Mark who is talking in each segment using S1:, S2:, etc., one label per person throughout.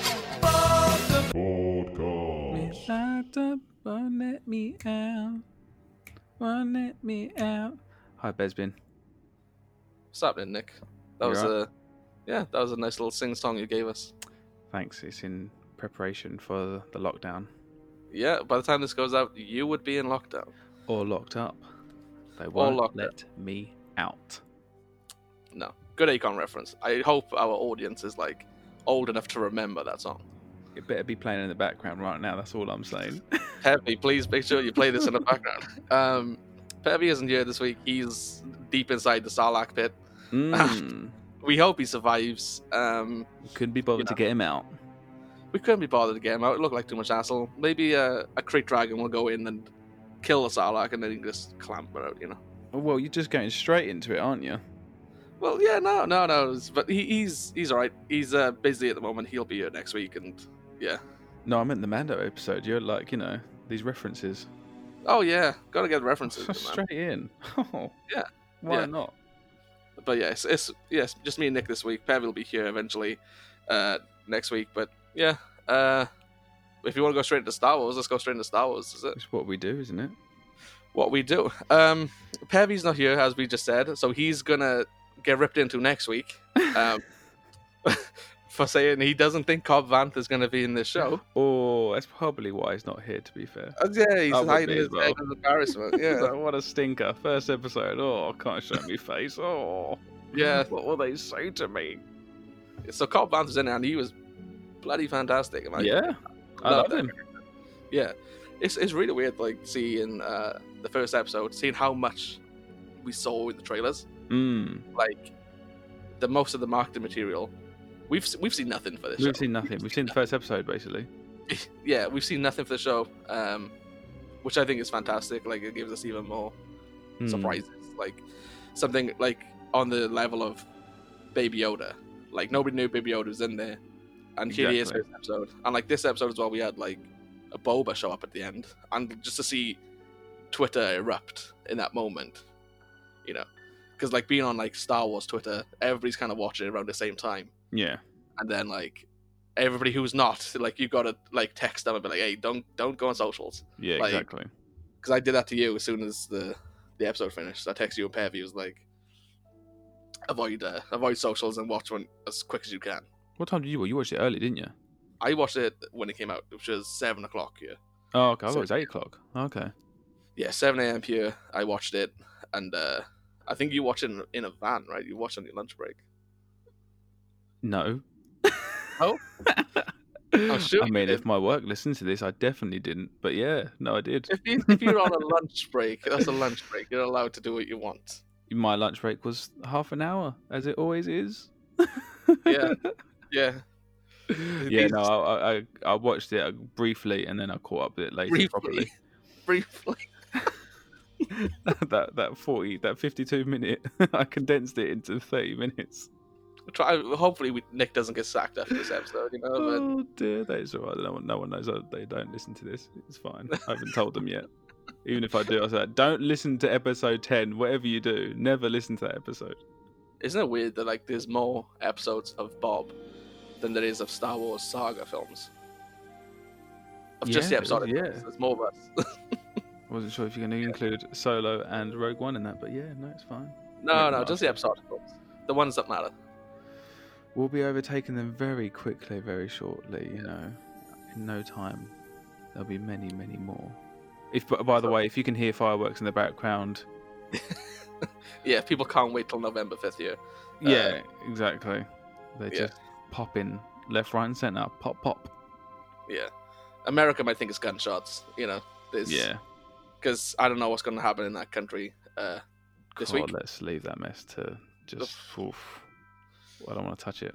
S1: Oh.
S2: Light up, won't let me out. Won't let me out. Hi, Besbin.
S1: What's happening, Nick? That
S2: You
S1: was
S2: alright?
S1: a yeah, that was a nice little sing song you gave us.
S2: Thanks. It's in preparation for the lockdown.
S1: Yeah, by the time this goes out, you would be in lockdown.
S2: Or locked up. They won't
S1: locked up.
S2: let me out.
S1: No, good Akon reference. I hope our audience is like old enough to remember that song.
S2: It better be playing in the background right now. That's all I'm saying.
S1: Peppy, please make sure you play this in the background. Um, Peppy isn't here this week. He's deep inside the Sarlacc pit.
S2: Mm,
S1: We hope he survives. Um,
S2: couldn't be bothered to get him out.
S1: we couldn't be bothered to get him out. It looked like too much hassle. Maybe uh, a crate dragon will go in and kill the Sarlacc, and then he can just clamber out. You know.
S2: Oh, Well, you're just going straight into it, aren't you?
S1: Well, yeah, no, no, no. it's- But he, he's he's all right. He's uh, busy at the moment. He'll be here next week. And
S2: No, I meant the Mando episode. You're like, you know, these references.
S1: oh yeah, gotta get the references. man.
S2: straight in. Oh,
S1: Yeah,
S2: Why
S1: yeah.
S2: not?
S1: But yeah, it's, it's yes, just me and Nick this week. Pev will be here eventually uh, next week. But yeah, uh, if you want to go straight into Star Wars, let's go straight into Star Wars. Is it
S2: It's what we do, isn't it?
S1: what we do? Um, Pevy's not here as we just said, so he's gonna get ripped into next week um, for saying he doesn't think Cobb Vanth is gonna be in this show.
S2: Oh, that's probably why he's not here. To be fair.
S1: Uh, yeah, he's
S2: I would
S1: hiding
S2: be
S1: his
S2: as well.
S1: head in embarrassment.
S2: He's
S1: Yeah,
S2: like, what a stinker. First episode. Oh, I can't show me face. Oh,
S1: yeah.
S2: What will they say to me?
S1: So Cobb Vanth was in it, and he was bloody fantastic. Like,
S2: yeah, I
S1: love
S2: love
S1: that
S2: him.
S1: yeah. It's it's really weird, like seeing uh, the first episode, seeing how much we saw in the trailers.
S2: Mm.
S1: Like the most of the marketing material, we've s- we've seen nothing for this.
S2: We've
S1: show.
S2: seen nothing. We've seen the first episode basically.
S1: yeah, we've seen nothing for the show, um, which I think is fantastic. Like it gives us even more
S2: Mm.
S1: surprises, like something like on the level of Baby Yoda. Like nobody knew Baby Yoda was in there, and here he is
S2: Exactly.
S1: first episode. And like this episode as well, we had like a Boba show up at the end, and just to see Twitter erupt in that moment, you know, because like being on like Star Wars Twitter, everybody's kind of watching it around the same time,
S2: Yeah.
S1: and then like everybody who's not, like you gotta like text them and be like, hey, don't don't go on socials
S2: Yeah.
S1: Like-
S2: exactly.
S1: because I did that to you as soon as the the episode finished. I texted you and Pevy was like, avoid uh, avoid socials and watch one as quick as you can.
S2: What time did you? Well, you watched it early, didn't you?
S1: I watched it when it came out, which was seven o'clock here.
S2: Oh, okay. I thought it
S1: So-
S2: was eight o'clock. Okay.
S1: Yeah, seven a.m. here. I watched it, and uh, I think you watched it in, in a van, right? You watched it on your lunch break.
S2: No.
S1: Oh?
S2: i
S1: sure you
S2: mean,
S1: did.
S2: if my work listened to this, I definitely didn't. But yeah, no, I did.
S1: If, you, if you're on a lunch break, that's a lunch break. You're allowed to do what you want.
S2: My lunch break was half an hour, as it always is.
S1: Yeah, yeah.
S2: yeah, no, I, I- I I watched it uh, briefly and then I caught up with it later
S1: Briefly.
S2: properly.
S1: briefly.
S2: that that forty, that fifty-two minute, I condensed it into thirty minutes.
S1: Try. Hopefully, we, Nick doesn't get sacked after this episode. You know, but
S2: Oh dear, that is alright. No one, no one knows. that They don't listen to this. It's fine. I haven't told them yet. Even if I do, I say, don't listen to episode ten. Whatever you do, never listen to that episode.
S1: Isn't it weird that like there's more episodes of Bob than there is of Star Wars saga films? Of just the
S2: Yeah,
S1: episode,
S2: yeah.
S1: films, there's more of us.
S2: I wasn't sure if you're going to include Solo and Rogue One in that, but yeah, no, it's fine.
S1: no,
S2: Yeah,
S1: no,
S2: no,
S1: just the episode films, the ones that matter.
S2: We'll be overtaking them very quickly, very shortly. You know, in no time, there'll be many, many more. If, b- by the way, if you can hear fireworks in the background,
S1: Yeah, people can't wait till November fifth year.
S2: yeah, uh, exactly. They
S1: yeah.
S2: just pop in left, right, and centre. Pop, pop.
S1: Yeah, America might think it's gunshots. You know, this
S2: Yeah.
S1: because I don't know what's going to happen in that country uh, this
S2: God,
S1: week.
S2: let's leave that mess to just. oof. I don't want to touch it.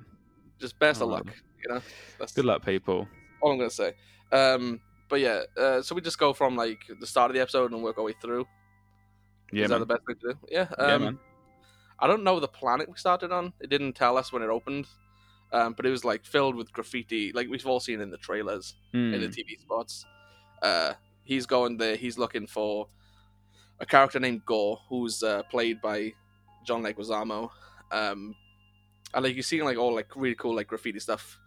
S1: Just best of
S2: Oh.
S1: luck. You know, that's
S2: Good luck, people.
S1: all I'm gonna say. Um, but yeah, uh, so we just go from like the start of the episode and work our way through.
S2: Yeah,
S1: Is
S2: man.
S1: that the best thing to do? Yeah.
S2: yeah,
S1: Um,
S2: man.
S1: I don't know the planet we started on. It didn't tell us when it opened, um, but it was like filled with graffiti, like we've all seen in the trailers, in
S2: Mm.
S1: the TV spots. Uh, he's going there. He's looking for a character named Gore, who's uh, played by John Leguizamo. Um, and like you see, like all like really cool like graffiti stuff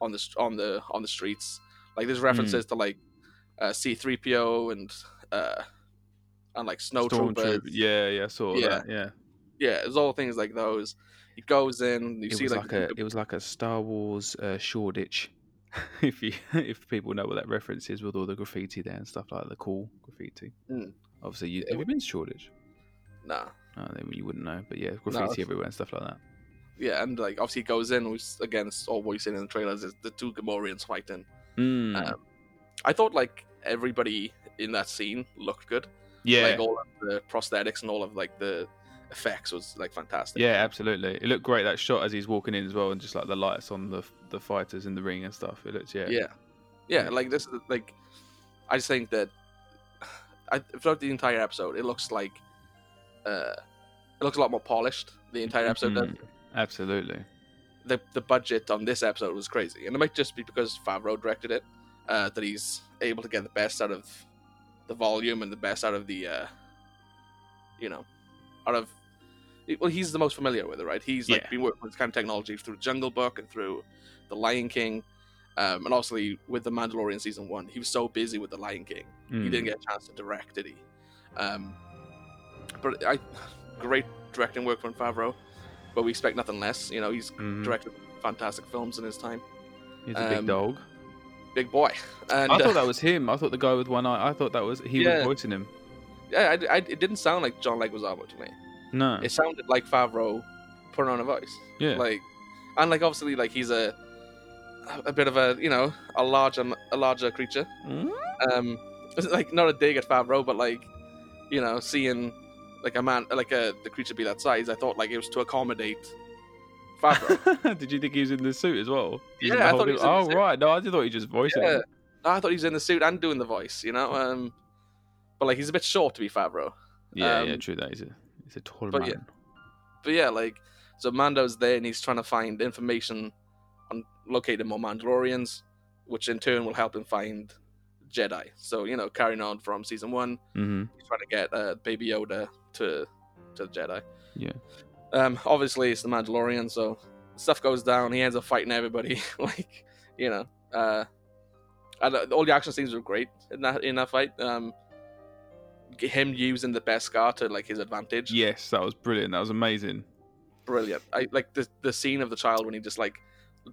S1: on the str- on the on the streets. Like there's references to like uh, C3PO and uh, and like snowtroopers.
S2: Stormtrooper- Yeah, yeah, I saw
S1: Yeah.
S2: that. Yeah,
S1: Yeah, it's all things like those. He goes in, you
S2: it
S1: see
S2: was
S1: like,
S2: like, a it was like a Star Wars uh, Shoreditch. if you if people know what that reference is, with all the graffiti there and stuff like the cool graffiti.
S1: Mm.
S2: Obviously, you,
S1: It
S2: have you been to Shoreditch?
S1: nah.
S2: No, then you wouldn't know. But yeah, graffiti
S1: it's-
S2: everywhere and stuff like that.
S1: Yeah, and like obviously he goes in which against all what you've seen in the trailers is the two Gamorreans fighting.
S2: Mm.
S1: Um, I thought like everybody in that scene looked good.
S2: yeah,
S1: Like all of the prosthetics and all of like the effects was like fantastic.
S2: yeah, absolutely. It looked great that shot as he's walking in as well, and just like the lights on the the fighters in the ring and stuff. It looks yeah,
S1: yeah, yeah. Like this, is like I just think that I, throughout the entire episode, it looks like uh, it looks a lot more polished. The entire episode, does.
S2: Mhm. absolutely.
S1: the the budget on this episode was crazy, and it might just be because Favreau directed it uh, that he's able to get the best out of the volume and the best out of the uh, you know out of well he's the most familiar with it right he's like
S2: Yeah.
S1: been working with this kind of technology through Jungle Book and through the Lion King um, and obviously with the Mandalorian season one he was so busy with the Lion King he
S2: Mm.
S1: didn't get a chance to direct, did he? Um, but I, great directing work from Favreau, but we expect nothing less. You know, he's
S2: Mhm.
S1: directed fantastic films in his time.
S2: He's a big
S1: um,
S2: dog.
S1: Big boy. And,
S2: I
S1: uh,
S2: thought that was him. I thought the guy with one eye. I thought that was he
S1: Yeah.
S2: was voicing him.
S1: yeah, I, I, it didn't sound like John Leguizamo to me.
S2: No.
S1: It sounded like Favreau putting on a voice.
S2: yeah.
S1: Like, and like obviously like he's a, a bit of a you know a larger a larger creature.
S2: Mm.
S1: um like not a dig at Favreau, but like you know, seeing like a man like a the creature be that size, I thought like it was to accommodate Favreau.
S2: Did you think he was in the suit as well? He was in
S1: Yeah,
S2: the
S1: I
S2: whole
S1: thought he
S2: thing?
S1: was in the
S2: Oh
S1: suit.
S2: right, no, I just thought he just voiced
S1: yeah.
S2: it.
S1: I thought he was in the suit and doing the voice, you know? Um but like he's a bit short to be Favreau.
S2: Yeah, yeah,
S1: Um,
S2: true. That is a it's a tall
S1: but
S2: man.
S1: yeah. But yeah, like so Mando's there and he's trying to find information on locating more Mandalorians, which in turn will help him find Jedi. So, you know, carrying on from season one,
S2: hmm
S1: he's trying to get uh, Baby Yoda to to the Jedi.
S2: Yeah.
S1: Um. Obviously, it's the Mandalorian, so stuff goes down. He ends up fighting everybody. like, you know, uh, I don't- all the action scenes were great in that in that fight. Um, g- him using the Beskar to like his advantage.
S2: Yes, that was brilliant. That was amazing.
S1: Brilliant. I like the the scene of the child when he just like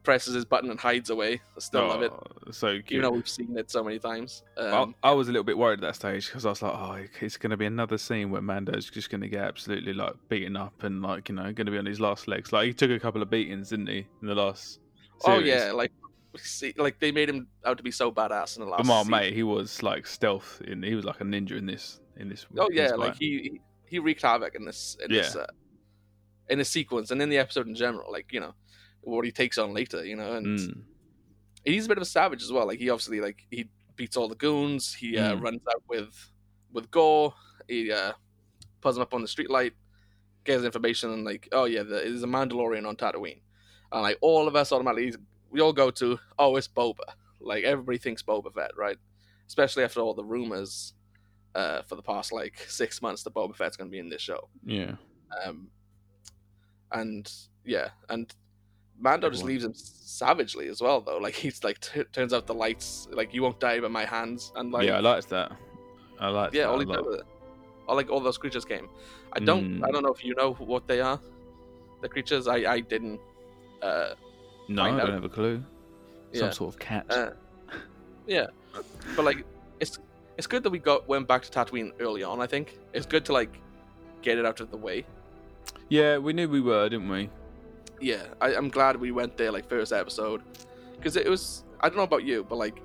S1: presses his button and hides away. I still love it.
S2: Oh, So cute.
S1: Even though we've seen it so many times. Um,
S2: I- I, was a little bit worried at that stage because I was like, oh, it's going to be another scene where Mando's just going to get absolutely like beaten up and like you know going to be on his last legs. Like he took a couple of beatings, didn't he, in the last?
S1: oh
S2: series?
S1: yeah, like see, like they made him out to be so badass in the last.
S2: Come on,
S1: season.
S2: mate. He was like stealth, in he was like a ninja in this. In this.
S1: Oh
S2: in
S1: yeah,
S2: this
S1: like
S2: fight.
S1: he he wreaked havoc in this in this
S2: Yeah.
S1: uh, in this sequence and in the episode in general. Like you know what he takes on later, you know, and
S2: Mm.
S1: he's a bit of a savage as well. Like he obviously like he beats all the goons. He uh,
S2: Mm.
S1: runs out with with Gore. He uh, puts him up on the streetlight, gets information, and like oh yeah, there is a Mandalorian on Tatooine, and like all of us automatically we all go to oh it's Boba. Like everybody thinks Boba Fett, right? Especially after all the rumors. Uh, for the past like six months, that Boba Fett's going to be in this show,
S2: Yeah.
S1: um, and yeah, and Mando just
S2: Everyone.
S1: leaves him savagely as well, though. Like he's like t- turns out the lights, like you won't die by my hands, and like
S2: yeah, I liked that. I liked
S1: yeah,
S2: that.
S1: all
S2: a
S1: he did
S2: lot.
S1: with it. All like all those creatures came. I don't, I
S2: Mm.
S1: don't know if you know what they are. The creatures, I, I didn't. Uh,
S2: No,
S1: find
S2: I
S1: out.
S2: don't have a clue.
S1: Yeah.
S2: Some sort of cat.
S1: Uh, yeah, but like it's it's good that we got went back to Tatooine early on. I think it's good to like get it out of the way.
S2: yeah, we knew we were, didn't we?
S1: yeah, I, I'm glad we went there like first episode because it was I don't know about you, but like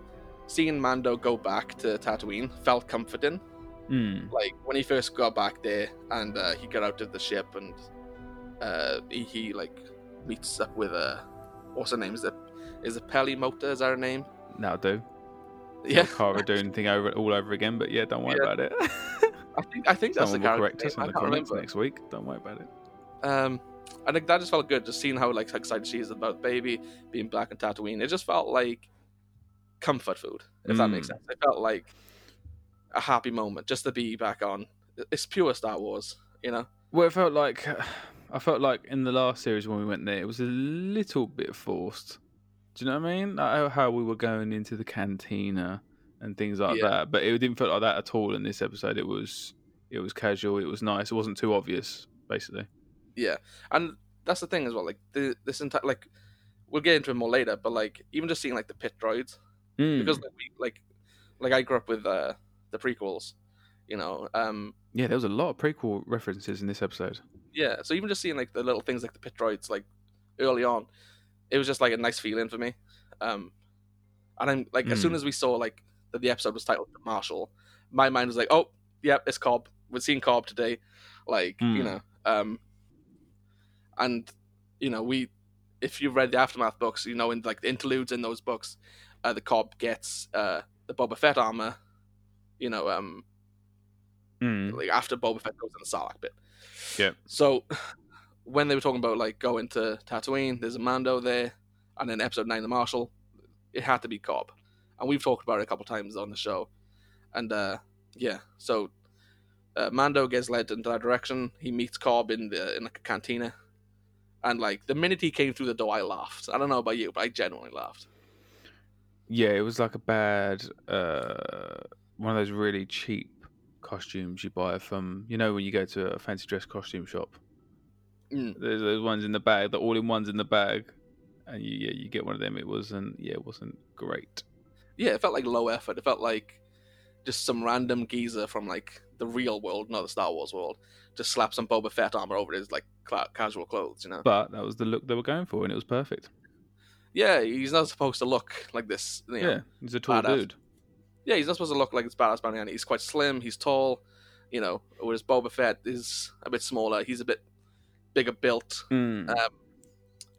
S1: seeing Mando go back to Tatooine felt comforting.
S2: Mm.
S1: Like when he first got back there and uh, he got out of the ship and uh, he, he like meets up with uh, what's her name is it is it Peli Mota is that her name?
S2: That'll do.
S1: Yeah,
S2: Kara doing anything over all over again, but yeah, don't worry
S1: Yeah.
S2: about it.
S1: I think I think that's
S2: Someone
S1: the
S2: will
S1: character.
S2: correct us in
S1: name. I
S2: the
S1: can't
S2: comments
S1: remember.
S2: next week. Don't worry about it.
S1: Um, I think that just felt good, just seeing how like excited she is about the baby being back in Tatooine. It just felt like comfort food, if that makes
S2: Mm.
S1: sense. It felt like a happy moment just to be back on. It's pure Star Wars, you know.
S2: Well, it felt like I felt like in the last series when we went there, it was a little bit forced. Do you know what I mean? Like how- how we were going into the cantina and things like
S1: Yeah.
S2: that. But it didn't feel like that at all in this episode. It was it was casual. It was nice. It wasn't too obvious, basically.
S1: Yeah, and that's the thing as well. Like the, this entire like, we'll get into it more later. But like, even just seeing like the pit droids,
S2: Mm.
S1: because like, we, like, like I grew up with uh, the prequels, you know. Um,
S2: yeah, there was a lot of prequel references in this episode.
S1: yeah. So even just seeing like the little things like the pit droids, like early on, it was just like a nice feeling for me. Um, and I'm like, as soon as we saw like that the episode was titled "The Marshal," my mind was like, oh, yep, it's Cobb. We're seeing Cobb today, like you
S2: Hmm.
S1: know. Um, and you know, we, if you've read the aftermath books, you know, in like the interludes in those books, uh, the Cobb gets uh the Boba Fett armor, you know, um,
S2: Mm.
S1: like after Boba Fett goes in the Sarlacc pit.
S2: Yeah.
S1: So when they were talking about like going to Tatooine, there's a Mando there, and then Episode Nine, the Marshal, it had to be Cobb, and we've talked about it a couple times on the show, and uh, yeah, so uh, Mando gets led into that direction. He meets Cobb in the in like a cantina, and like the minute he came through the door, I laughed. I don't know about you, but I genuinely laughed.
S2: Yeah, it was like a bad uh, one of those really cheap costumes you buy from you know when you go to a fancy dress costume shop.
S1: Mm.
S2: There's those ones in the bag, the all in ones in the bag, and you, yeah, you get one of them. It wasn't yeah, it wasn't great.
S1: Yeah, it felt like low effort. It felt like just some random geezer from like the real world, not the Star Wars world, just slap some Boba Fett armor over his like cla casual clothes, you know?
S2: But that was the look they were going for, and it was perfect.
S1: yeah, he's not supposed to look like this. You
S2: Yeah,
S1: know? yeah.
S2: he's a tall
S1: Badass.
S2: dude.
S1: yeah, he's not supposed to look like this badass man. He's quite slim. He's tall, you know. Whereas Boba Fett is a bit smaller. He's a bit bigger built.
S2: Mm.
S1: Um,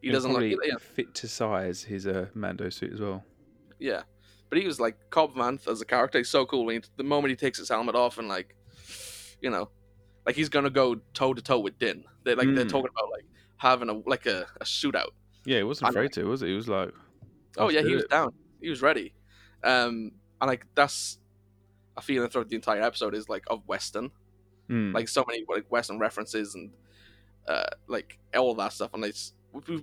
S1: he doesn't look.
S2: probably
S1: yeah,
S2: fit to size his uh, Mando suit as well.
S1: Yeah, but he was like Cobb Vanth as a character. He's so cool. When he, the moment he takes his helmet off and like, you know, like he's gonna go toe to toe with Din. They like they're
S2: Mm.
S1: talking about like having a like a, a shootout.
S2: Yeah, he wasn't
S1: And,
S2: afraid to, was he? He was like,
S1: Oh
S2: "Let's
S1: yeah,
S2: do
S1: he was
S2: it."
S1: down. He was ready. Um, and like that's a feeling throughout the entire episode is like of Western,
S2: Mm.
S1: like so many like Western references and uh like all that stuff. And it's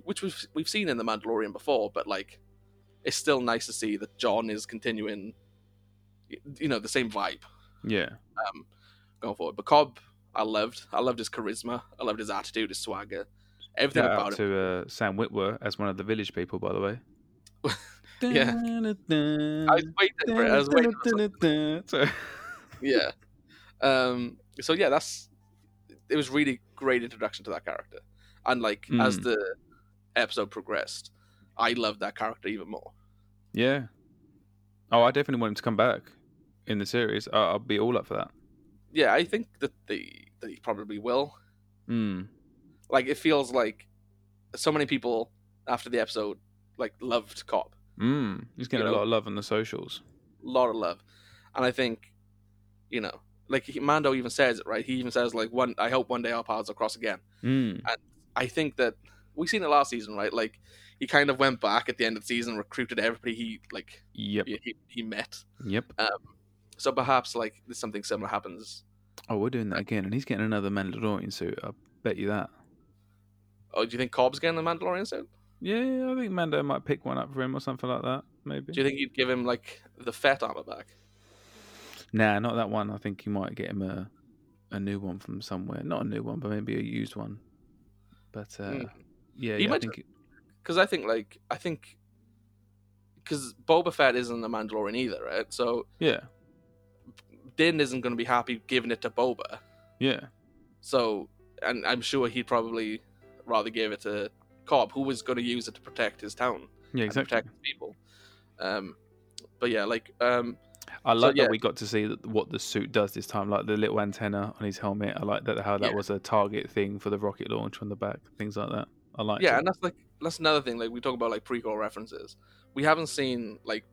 S1: which we've we've seen in the Mandalorian before, but like it's still nice to see that John is continuing, y- you know, the same vibe.
S2: yeah,
S1: um, going forward. But Cobb, I loved. I loved his charisma. I loved his attitude, his swagger, everything
S2: Shout
S1: about
S2: out
S1: him.
S2: to uh, Sam Whitwer as one of the village people, by the way.
S1: Yeah. I was waiting for it. I was waiting. For something.
S2: Sorry.
S1: yeah. Um. So yeah, that's. It was really great introduction to that character, and like as
S2: Mm.
S1: the episode progressed, I loved that character even more.
S2: Yeah. Oh, I definitely want him to come back in the series. I- I'll be all up for that.
S1: Yeah, I think that they that he probably will.
S2: Mm.
S1: Like it feels like so many people after the episode like loved Cobb.
S2: Mm. He's getting a
S1: You know-
S2: lot of love on the socials.
S1: lot of love, and I think, you know, like he- Mando even says it right. He even says like, "One, I hope one day our paths will cross again."
S2: Mm.
S1: I think that we seen it last season, right? Like he kind of went back at the end of the season, recruited everybody he like
S2: Yep.
S1: he, he- he met.
S2: Yep.
S1: So perhaps like something similar happens.
S2: Oh, we're doing that again, and he's getting another Mandalorian suit. I bet you that.
S1: Oh, do you think Cobb's getting the Mandalorian suit?
S2: Yeah, I think Mando might pick one up for him or something like that. Maybe.
S1: Do you think you'd give him like the Fett armor back?
S2: Nah, not that one. I think you might get him a a new one from somewhere. Not a new one, but maybe a used one. But uh,
S1: Mm.
S2: yeah,
S1: You
S2: yeah I
S1: might-
S2: think it-
S1: Because I think like I think because Boba Fett isn't a Mandalorian either, right? So
S2: yeah,
S1: Din isn't going to be happy giving it to Boba.
S2: yeah,
S1: So, and I'm sure he'd probably rather give it to Cobb, who was going to use it to protect his town,
S2: yeah,
S1: and
S2: exactly.
S1: protect his people. Um, but yeah, like, um,
S2: I like
S1: yeah.
S2: that we got to see that, what the suit does this time, like the little antenna on his helmet. I like that how that
S1: Yeah.
S2: was a target thing for the rocket launch on the back, things like that. I like.
S1: yeah,
S2: it.
S1: and that's like that's another thing. Like we talk about like prequel references. We haven't seen like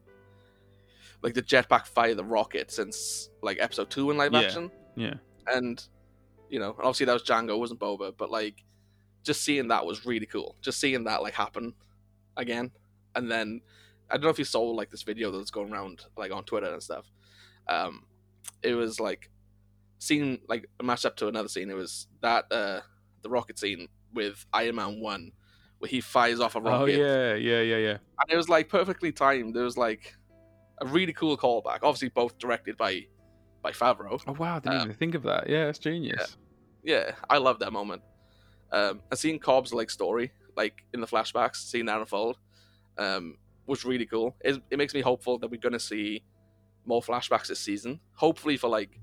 S1: like the jetpack fire the rocket since like episode two in live
S2: Yeah.
S1: action.
S2: yeah,
S1: and you know, obviously that was Django, it wasn't Boba, but like just seeing that was really cool. Just seeing that like happen again, and then I don't know if you saw like this video that was going around like on Twitter and stuff. Um, it was like scene like matched up to another scene. It was that uh the rocket scene with Iron Man one, where he fires off a
S2: oh
S1: rocket,
S2: yeah, yeah, yeah, yeah.
S1: and it was like perfectly timed. It was like a really cool callback. Obviously, both directed by by Favreau.
S2: Oh wow, I didn't
S1: Um,
S2: even think of that. Yeah, it's genius.
S1: Yeah, I love that moment. Um, and seeing Cobb's like story, like in the flashbacks, seeing that unfold, um, was really cool. It, it makes me hopeful that we're gonna see more flashbacks this season. Hopefully for like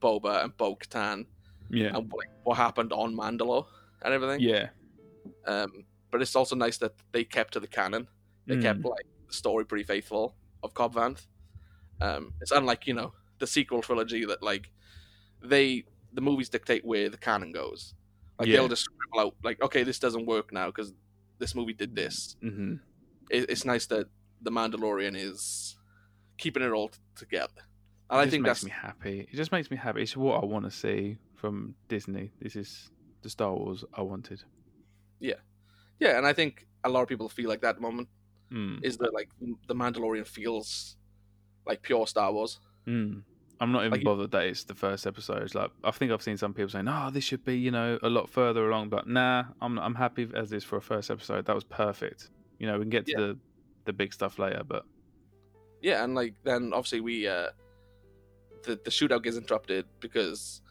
S1: Boba and Bo Katan
S2: Yeah.
S1: and like, what happened on Mandalore and everything.
S2: Yeah.
S1: Um, but it's also nice that they kept to the canon. They
S2: Mm.
S1: kept like the story pretty faithful of Cobb Vanth. Um, it's unlike you know the sequel trilogy that like they the movies dictate where the canon goes. Like
S2: Yeah.
S1: they'll just scribble out like, okay, this doesn't work now because this movie did this.
S2: Mhm.
S1: It, it's nice that the Mandalorian is keeping it all t- together, and
S2: It
S1: I
S2: just
S1: think
S2: makes
S1: that's
S2: me happy. It just makes me happy. It's what I want to see from Disney. This is the Star Wars I wanted.
S1: yeah. And I think a lot of people feel like that at the moment
S2: Mm.
S1: is that like the Mandalorian feels like pure Star Wars.
S2: Mm. I'm not even
S1: Like-
S2: bothered that it's the first episode. It's Like I think I've seen some people saying, "Oh, this should be you know a lot further along," but nah, I'm I'm happy as is for a first episode. That was perfect. You know, we can get to
S1: Yeah.
S2: the the big stuff later, but
S1: yeah, and like then obviously we uh the the shootout gets interrupted because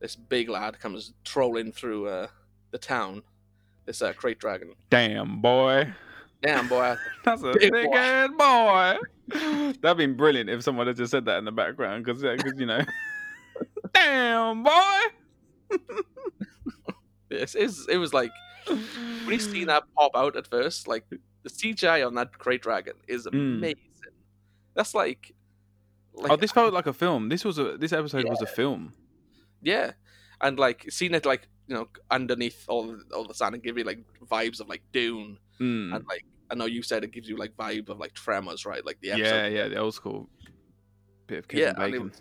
S1: this big lad comes trolling through uh the town. This uh crate dragon.
S2: damn boy,
S1: Damn boy.
S2: that's a
S1: Big
S2: big
S1: boy.
S2: ass boy. That'd been brilliant if someone had just said that in the background, because you know, damn boy.
S1: this is it was like when you see that pop out at first, like the CGI on that crate dragon is
S2: Mm.
S1: amazing. That's like, like
S2: oh, this felt like a film. This was a this episode was a film.
S1: yeah. And like seeing it like, you know, underneath all the, all the sand and give you like vibes of like Dune
S2: Mm.
S1: and like I know you said it gives you like vibe of like Tremors, right? Like the episode
S2: Yeah, yeah, the old school bit of Kevin
S1: Yeah, and it
S2: Bacon.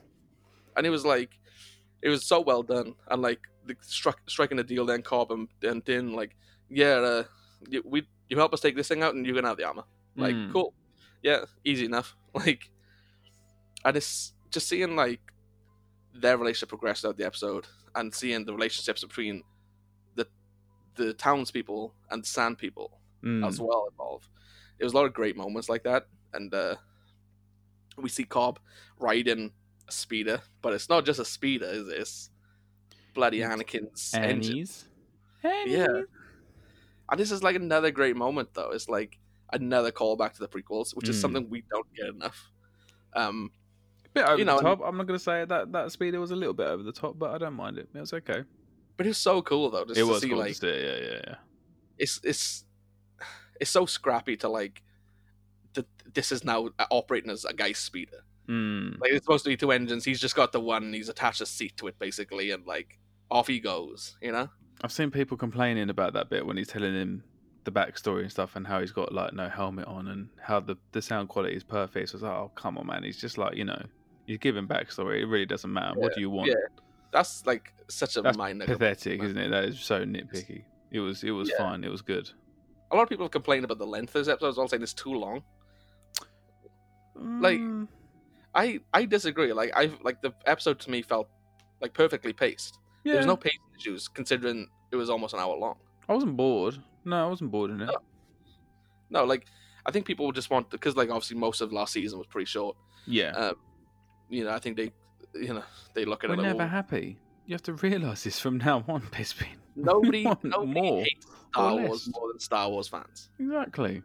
S1: and it was like it was so well done and like the, struck, striking a deal then Cobb and, and Din like yeah uh, you, we you help us take this thing out and you're gonna have the armor like
S2: Mm.
S1: cool yeah easy enough like and it's just seeing like their relationship progress throughout the episode and seeing the relationships between the the townspeople and sand people
S2: Mm.
S1: as well involved. It was a lot of great moments like that, and uh, we see Cobb riding a speeder, but it's not just a speeder; it's, it's bloody
S2: It's e-
S1: Anakin's engine.
S2: Annie's.
S1: Yeah. And this is like another great moment, though. It's like another callback to the prequels, which is
S2: Mm.
S1: something we don't get enough. Um,
S2: Bit over
S1: You know,
S2: the
S1: and-
S2: top. I'm not going to say that that speeder was a little bit over the top, but I don't mind it. It was okay.
S1: but it's so cool though, just
S2: it
S1: to
S2: was
S1: see
S2: cool to
S1: like
S2: see, Yeah, yeah, yeah.
S1: it's it's it's so scrappy to like. th- This is now operating as a guy's speeder.
S2: Mm.
S1: Like it's supposed to be two engines. He's just got the one. and He's attached a seat to it basically, and like off he goes. You know?
S2: I've seen people complaining about that bit when he's telling him the backstory and stuff, and how he's got like no helmet on, and how the the sound quality is perfect. So it's like, oh come on, man. He's just like you know, he's giving backstory. It really doesn't matter. what do you want?
S1: yeah. That's like such a
S2: That's
S1: minor.
S2: Pathetic, isn't it? That is so nitpicky. It was it was
S1: Yeah.
S2: fine. It was good.
S1: A lot of people have complained about the length of this episode. as well, saying it's too long. Like-
S2: Mm.
S1: I I disagree. Like I like the episode to me felt like perfectly paced.
S2: yeah.
S1: There was no pacing issues considering it was almost an hour long.
S2: I wasn't bored. No, I wasn't bored in it.
S1: Uh, No, like I think people would just want because like obviously most of last season was pretty short.
S2: Yeah.
S1: Um, you know, I think they you know they look at
S2: We're
S1: it. Like,
S2: never
S1: well,
S2: happy. You have to realise this from now on, Bispin.
S1: nobody
S2: want
S1: nobody
S2: more
S1: hates Star
S2: or
S1: Wars
S2: less.
S1: more than Star Wars fans.
S2: Exactly.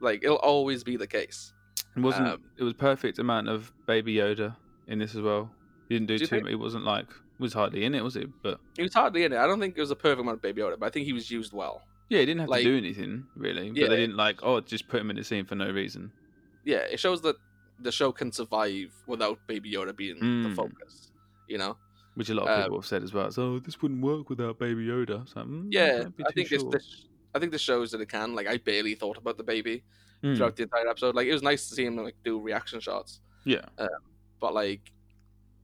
S1: like it'll always be the case.
S2: It wasn't.
S1: Um,
S2: it was perfect amount of Baby Yoda in this as well. He didn't do,
S1: Do you
S2: too.
S1: think-
S2: much. It wasn't like was hardly in it, was it? But
S1: He was hardly in it. I don't think it was a perfect amount of Baby Yoda, but I think he was used well.
S2: yeah, he didn't have
S1: Like-
S2: to do anything really. But
S1: Yeah.
S2: they didn't like oh, just put him in the scene for no reason.
S1: Yeah, it shows that the show can survive without Baby Yoda being the
S2: Mm.
S1: focus. You know?
S2: Which a lot
S1: Um,
S2: of people have said as well. So oh, this wouldn't work without Baby Yoda. So, mm,
S1: Yeah,
S2: don't be
S1: I
S2: too
S1: think it's
S2: sure.
S1: this. I think this shows that it can. Like I barely thought about the baby
S2: Mm,
S1: throughout the entire episode. Like it was nice to see him like do reaction shots, Um,
S2: Yeah,
S1: but like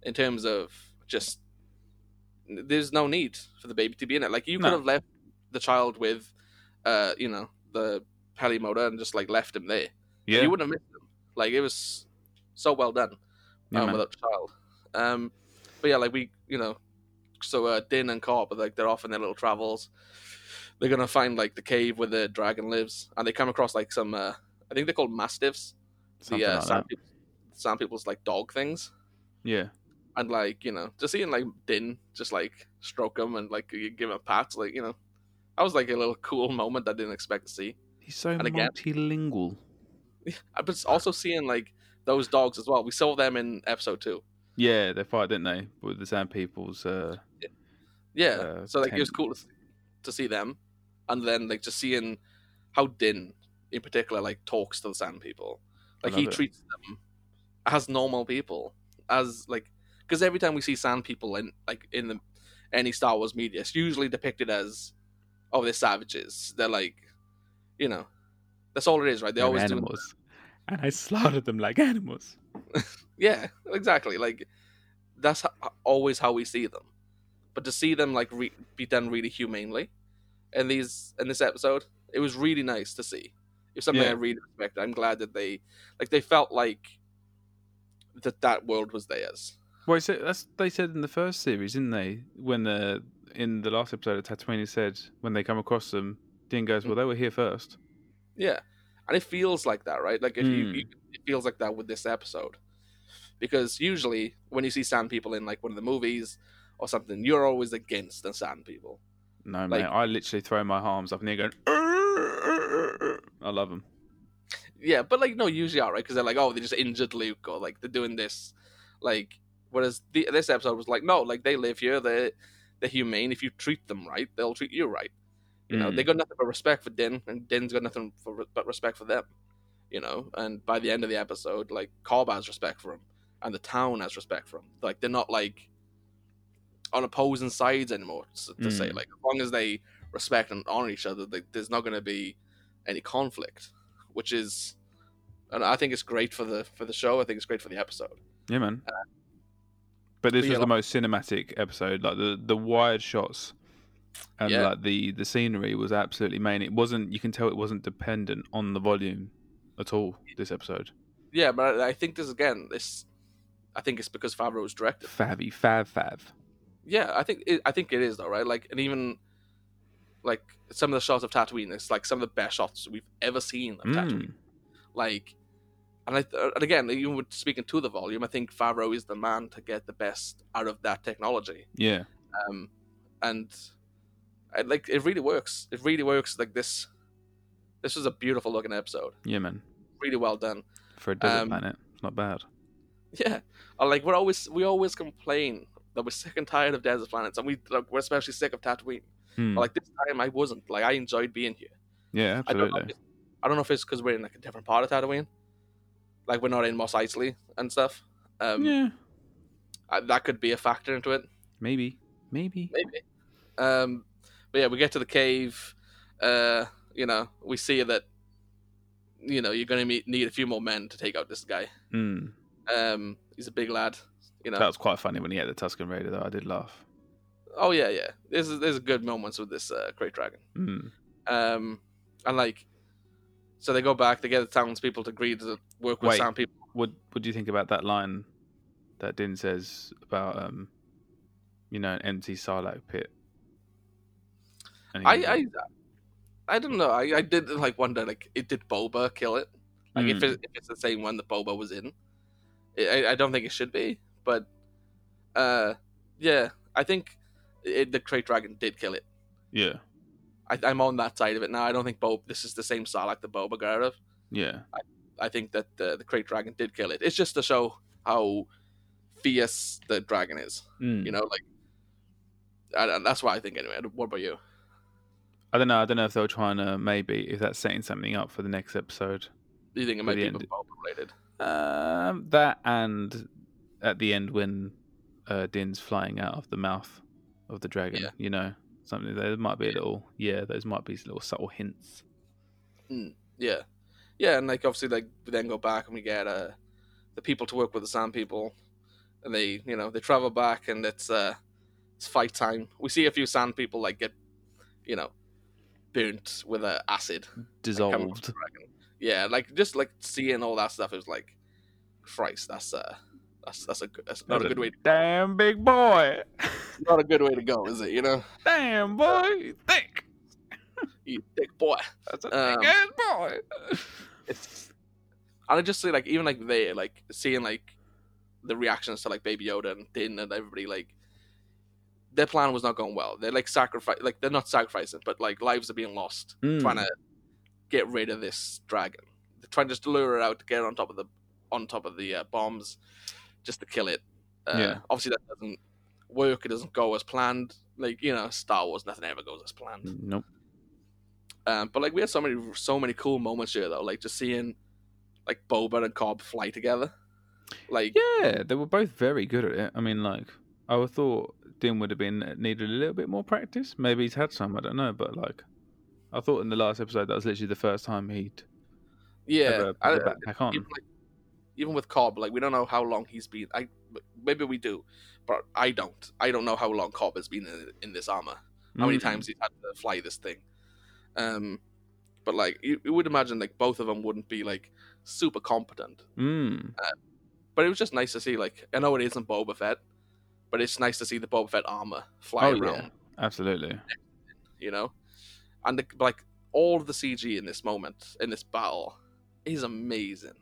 S1: in terms of just there's no need for the baby to be in it. Like you could
S2: No.
S1: have left the child with, uh, you know, the Pelimoda and just like left him there.
S2: yeah.
S1: you wouldn't have missed them. Like it was so well done
S2: yeah,
S1: um,
S2: man.
S1: without the child. Um, but yeah, like we, you know, so uh, Din and Cobb, are, like they're off on their little travels. They're gonna find like the cave where the dragon lives, and they come across like some, uh, I think they're called mastiffs,
S2: Something
S1: the uh,
S2: like
S1: sand
S2: that.
S1: people, Sam people's like dog things,
S2: Yeah.
S1: and like you know, just seeing like Din just like stroke him and like you give him a pat, like you know, that was like a little cool moment I didn't expect to see.
S2: He's so
S1: And again-
S2: multilingual.
S1: Uh, But it's also seeing like those dogs as well. We saw them in episode two.
S2: Yeah, they fight, didn't they? With the Sand People's. Uh,
S1: Yeah.
S2: Uh,
S1: so like it was
S2: ten-
S1: cool to, s- to see them, and then like just seeing how Din in particular like talks to the Sand People.
S2: I
S1: Like he
S2: love it.
S1: treats them as normal people, as like because every time we see Sand People in like in the any Star Wars media, it's usually depicted as oh they're savages. They're like you know that's all it is, right? They
S2: they're
S1: always do
S2: animals. And I slaughtered them like animals.
S1: Yeah, exactly. Like that's ho- always how we see them. But to see them like re- be done really humanely in these in this episode, it was really nice to see. It was something
S2: Yeah.
S1: I really respect. I'm glad that they like they felt like that that world was theirs.
S2: Well, so that's they said in the first series, didn't they? When uh, in the last episode, Tatooine said when they come across them, Dean goes, "Well, they were here first.
S1: Yeah, and it feels like that, right? Like if you,
S2: Mm.
S1: you, it feels like that with this episode, because usually when you see sand people in like one of the movies or something, you're always against the sand people.
S2: No,
S1: Like-
S2: mate. I literally throw my arms up and they're going. "Arr!" I love them.
S1: Yeah, but like no, usually are right because they're like, oh, they just injured Luke or like they're doing this, like. Whereas the, this episode was like, no, like they live here, they are they're humane. If you treat them right, they'll treat you right. You know,
S2: Mm.
S1: they got nothing but respect for Din, and Din's got nothing for, but respect for them. You know, and by the end of the episode, like Cobb has respect for him, and the town has respect for him. Like they're not like on opposing sides anymore. s- To say
S2: Mm.
S1: like, as long as they respect and honor each other, like, there's not going to be any conflict, which is, and I think it's great for the for the show. I think it's great for the episode.
S2: Yeah, man. But this
S1: Uh, but yeah,
S2: was the
S1: like-
S2: most cinematic episode. Like the the wide shots and
S1: Yeah.
S2: like the the scenery was absolutely main. It wasn't. You can tell it wasn't dependent on the volume at all. This episode,
S1: Yeah, but I I think this again, this, I think it's because Favreau was directed.
S2: Favy Fav Fav.
S1: Yeah, I think it, I think it is though, right? Like, and even like some of the shots of Tatooine, it's like some of the best shots we've ever seen of Tatooine.
S2: Mm.
S1: Like, and I th- and again, even with speaking to the volume, I think Favreau is the man to get the best out of that technology.
S2: Yeah.
S1: um, and I, like it really works. It really works. Like this, this was a beautiful looking episode.
S2: Yeah, man.
S1: Really well done.
S2: For a desert
S1: Um,
S2: planet, not bad.
S1: Yeah, Uh, like we're always we always complain that we're sick and tired of desert planets, and we like, we're especially sick of Tatooine.
S2: Hmm.
S1: But like this time, I wasn't. Like I enjoyed being here.
S2: yeah,
S1: I don't know. If,
S2: absolutely.
S1: I don't know if it's because we're in like a different part of Tatooine, like we're not in Mos Eisley and stuff. Um,
S2: yeah,
S1: I, Uh, that could be a factor into it.
S2: maybe, maybe.
S1: maybe. Um, but yeah, we get to the cave. Uh, you know, we see that. You know, you're gonna meet, need a few more men to take out this guy.
S2: Hmm.
S1: Um, he's a big lad. You know.
S2: That was quite funny when he had the Tuscan Raider, though. I did laugh.
S1: Oh yeah, yeah. There's there's good moments with this uh, great dragon.
S2: Mm.
S1: Um, and like, so they go back. They get the townspeople to agree to work with
S2: Wait.
S1: sound people.
S2: What What do you think about that line that Din says about, um, you know, an empty Sarlacc pit? And he-
S1: I I I don't know. I, I did like wonder like it did Boba kill it? Like if,
S2: Hmm.
S1: it, if it's the same one that Boba was in, I, I don't think it should be. But uh, yeah, I think it, the Crate Dragon did kill it.
S2: yeah,
S1: I, I'm on that side of it now. I don't think Boba. This is the same Sarlacc that Boba got out of.
S2: yeah,
S1: I think that uh, the Crate Dragon did kill it. It's just to show how fierce the dragon is.
S2: Mm.
S1: You know, like I, don't- that's what I think anyway. What about you?
S2: I don't know. I don't know if they were trying to uh, maybe if that's setting something up for the next episode.
S1: Do you think it might be
S2: Brilliant.
S1: Boba related?
S2: Um, that and at the end when uh, Din's flying out of the mouth of the dragon,
S1: Yeah.
S2: you know, something there might be a little yeah, those might be little subtle hints.
S1: Yeah, yeah, and like obviously, like we then go back and we get uh the people to work with the Sand people, and they you know they travel back and it's uh it's fight time. We see a few Sand people like get you know burnt with uh, acid. Like, come across
S2: Dissolved.
S1: the dragon. yeah, like just like seeing all that stuff is like, Christ, that's uh that's that's a good, that's not a good way to,
S2: Damn big boy.
S1: not a good way to go, is it? You know,
S2: Damn boy, you thick.
S1: you thick boy.
S2: That's a
S1: Um,
S2: thick ass boy.
S1: It's And I just see like even like they like seeing like the reactions to like Baby Yoda and Din and everybody like their plan was not going well. They're like sacrifice like they're not sacrificing, but like lives are being lost
S2: Mm.
S1: trying to get rid of this dragon. They're trying just to lure it out to get on top of the on top of the uh, bombs, just to kill it. Uh,
S2: Yeah.
S1: Obviously, that doesn't work. It doesn't go as planned. Like you know, Star Wars, nothing ever goes as planned.
S2: Nope.
S1: Um, but like we had so many so many cool moments here though, like just seeing like Boba and Cobb fly together. Like
S2: Yeah, they were both very good at it. I mean, like, I would thought Din would have been uh, needed a little bit more practice. Maybe he's had some, I don't know. But like, I thought in the last episode that was literally the first time he'd
S1: yeah,
S2: ever put
S1: I,
S2: the backpack on.
S1: even, like, even with Cobb, like we don't know how long he's been. I maybe we do, but I don't. I don't know how long Cobb has been in, in this armor. How many
S2: Mm.
S1: times he's had to fly this thing? Um, but like you, you would imagine, like both of them wouldn't be like super competent.
S2: Mm.
S1: But it was just nice to see. Like I know it isn't Boba Fett, but it's nice to see the Boba Fett armor fly
S2: Oh, yeah.
S1: around.
S2: Absolutely.
S1: you know and the, like all of the cg in this moment in this battle is amazing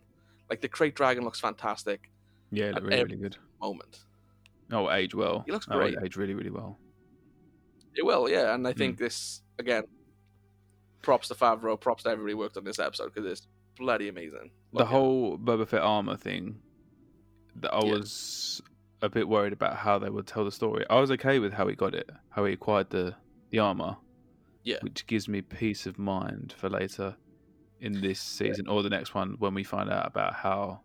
S1: like the crate dragon looks fantastic
S2: Yeah, it looked
S1: And
S2: really,
S1: ev-
S2: really good.
S1: moment
S2: Oh, age well.
S1: He looks
S2: Oh,
S1: great.
S2: Age really, really well.
S1: it will yeah and i think
S2: Hmm.
S1: this again props to favreau props to everybody who worked on this episode because it's bloody amazing
S2: the
S1: Look,
S2: whole Boba Fett armor thing, that I
S1: Yeah.
S2: was a bit worried about how they would tell the story. I was okay with how he got it, how he acquired the the armor,
S1: Yeah.
S2: which gives me peace of mind for later in this season or the next one when we find out about how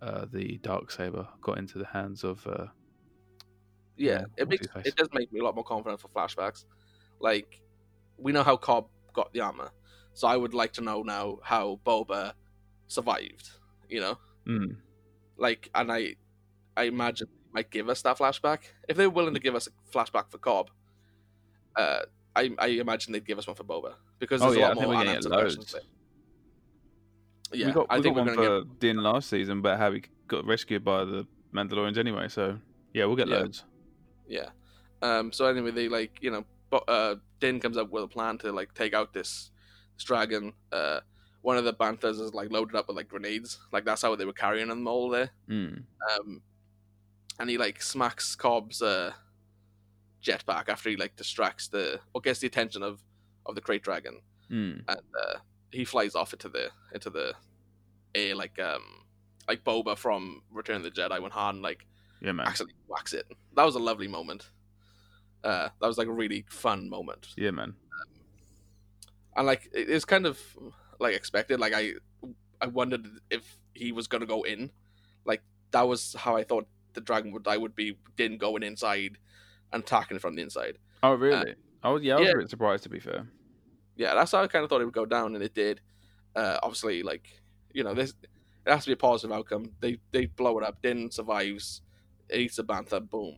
S2: uh, the dark saber got into the hands of. Uh, yeah,
S1: yeah, it makes
S2: what's-his-face.
S1: it does make me a lot more confident for flashbacks like we know how cobb got the armor so i would like to know now how boba survived you know
S2: mm,
S1: like and i i imagine they might give us that flashback if they're willing to give us a flashback for cobb uh i i imagine they'd give us one for boba because
S2: oh
S1: there's
S2: yeah, I
S1: a lot
S2: think
S1: more
S2: we're gonna get
S1: unanswered questions
S2: loads.
S1: there. yeah
S2: we got,
S1: i
S2: we
S1: think
S2: got
S1: we're
S2: one
S1: gonna
S2: for Din last season about how he got rescued by the Mandalorians anyway. So yeah, we'll get
S1: Yeah.
S2: loads.
S1: get yeah um so anyway they like you know but uh din comes up with a plan to like take out this this dragon uh one of the banthas is like loaded up with like grenades like that's how they were carrying them all there
S2: Mm.
S1: um, and he like smacks Cobb's uh, jetpack after he like distracts the or gets the attention of of the crate dragon,
S2: Mm.
S1: and uh, he flies off into the into the air like um like Boba from Return of the Jedi when Han like
S2: Yeah, man.
S1: accidentally whacks it. That was a lovely moment. Uh, that was like a really fun moment,
S2: Yeah, man.
S1: and like it- it's kind of like expected. Like I I wondered if he was gonna go in. Like that was how I thought the dragon would I would be didn't going inside and attacking from the inside.
S2: Oh, really? I was yeah, I was
S1: yeah.
S2: a bit surprised to be fair.
S1: Yeah, that's how I kind of thought it would go down, and it did. Uh, obviously, like you know, this it has to be a positive outcome. They they blow it up. Din survives. Eats a bantha. Boom.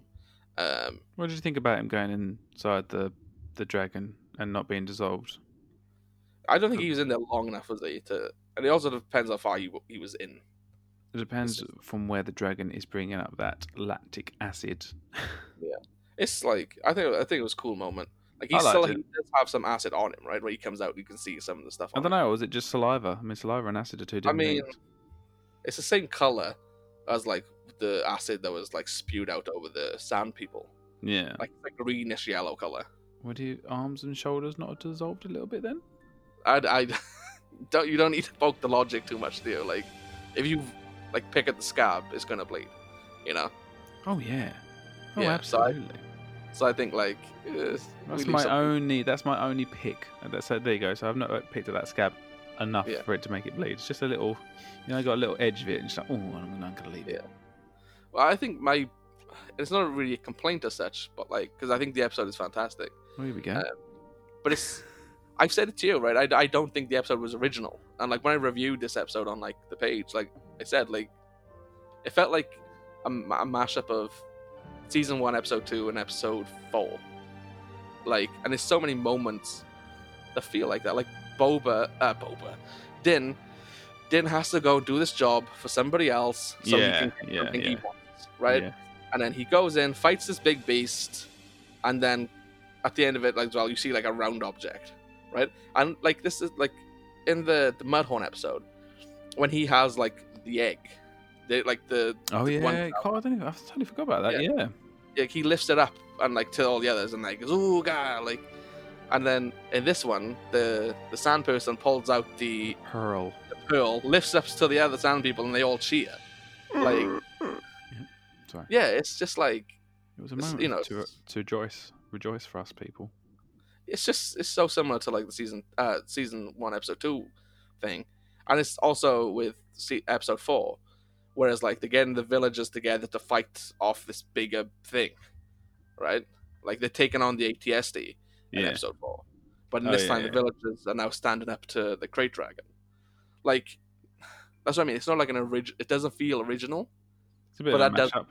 S1: Um,
S2: What did you think about him going inside the the dragon and not being dissolved?
S1: I don't think he was in there long enough, was he? To and it also depends how far he w- he was in.
S2: It depends from where the dragon is bringing up that lactic acid.
S1: It's like I think I think it was a cool moment. Like
S2: I
S1: he's
S2: liked
S1: still
S2: it.
S1: he does have some acid on him, right? Where he comes out, you can see some of the stuff.
S2: I
S1: On
S2: don't
S1: him.
S2: know. Was it just saliva? I mean, saliva and acid are two different
S1: mean,
S2: things.
S1: It's the same color as like the acid that was like spewed out over the sand people,
S2: Yeah.
S1: like the greenish yellow color.
S2: Would your arms and shoulders not have dissolved a little bit then?
S1: I, I don't. You don't need to poke the logic too much, do you? Like, if you like pick at the scab, it's gonna bleed. You know.
S2: Oh yeah. Oh,
S1: Yeah, so I-
S2: absolutely.
S1: So I think like eh, we
S2: that's
S1: leave
S2: my
S1: some-
S2: only. That's my only pick. And That's so there you go. So I've not like, picked at that scab enough
S1: Yeah.
S2: for it to make it bleed. It's just a little. You know, I got a little edge of it, and it's like, oh, I'm not gonna leave it.
S1: Well, I think my. It's not really a complaint as such, but like, because I think the episode is fantastic.
S2: Well, here we go.
S1: Uh, but it's i've said it to you right I, I don't think the episode was original and like when i reviewed this episode on like the page like i said like it felt like a, ma- a mashup of season one episode two and episode four like and there's so many moments that feel like that like boba uh boba din din has to go do this job for somebody else so
S2: yeah,
S1: he can
S2: yeah,
S1: something
S2: yeah,
S1: he wants right
S2: yeah.
S1: and then he goes in, fights this big beast, and then at the end of it, like as well, you see like a round object, right? And like this is like in the the Mudhorn episode, when he has like the egg, they, like the
S2: Oh
S1: the
S2: yeah,
S1: one-
S2: God, I, don't even, I totally forgot about that.
S1: Yeah.
S2: Yeah,
S1: like he lifts it up and like to all the others and like goes ooh god like, and then in this one the the sand person pulls out the,
S2: Pearl.
S1: the pearl, lifts up to the other sand people and they all cheer. Like
S2: Sorry,
S1: yeah, it's just like
S2: it was a
S1: it's-
S2: moment
S1: you know,
S2: to
S1: it's-
S2: to rejoice, rejoice for us people.
S1: it's just it's so similar to like the season uh season one episode two thing and it's also with se- episode four whereas like they're getting the villagers together to fight off this bigger thing right like they're taking on the atsd in
S2: Yeah,
S1: episode four but in
S2: Oh,
S1: this
S2: yeah,
S1: time the
S2: yeah.
S1: villagers are now standing up to the crate dragon like that's what i mean it's not like an original it doesn't feel original
S2: it's a bit
S1: but
S2: of a
S1: that does-
S2: matchup.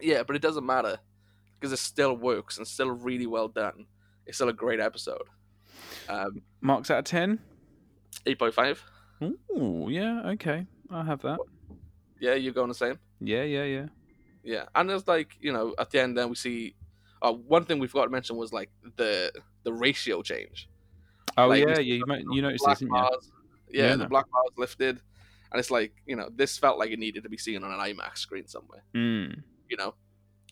S1: yeah but it doesn't matter because it still works and still really well done it's still a great episode um
S2: Marks out of ten.
S1: 8.5.
S2: Ooh, yeah, okay, I'll have that.
S1: Yeah, you're going the same.
S2: Yeah, yeah, yeah.
S1: Yeah, and it's like you know, at the end, then we see. Uh, one thing we forgot to mention was like the the ratio change.
S2: Oh
S1: Like,
S2: yeah,
S1: see
S2: yeah. You
S1: the
S2: might, you noticed
S1: black
S2: this, didn't you?
S1: bars, Yeah,
S2: Yeah.
S1: the black bars lifted, and it's like you know, this felt like it needed to be seen on an IMAX screen somewhere.
S2: Mm.
S1: You know,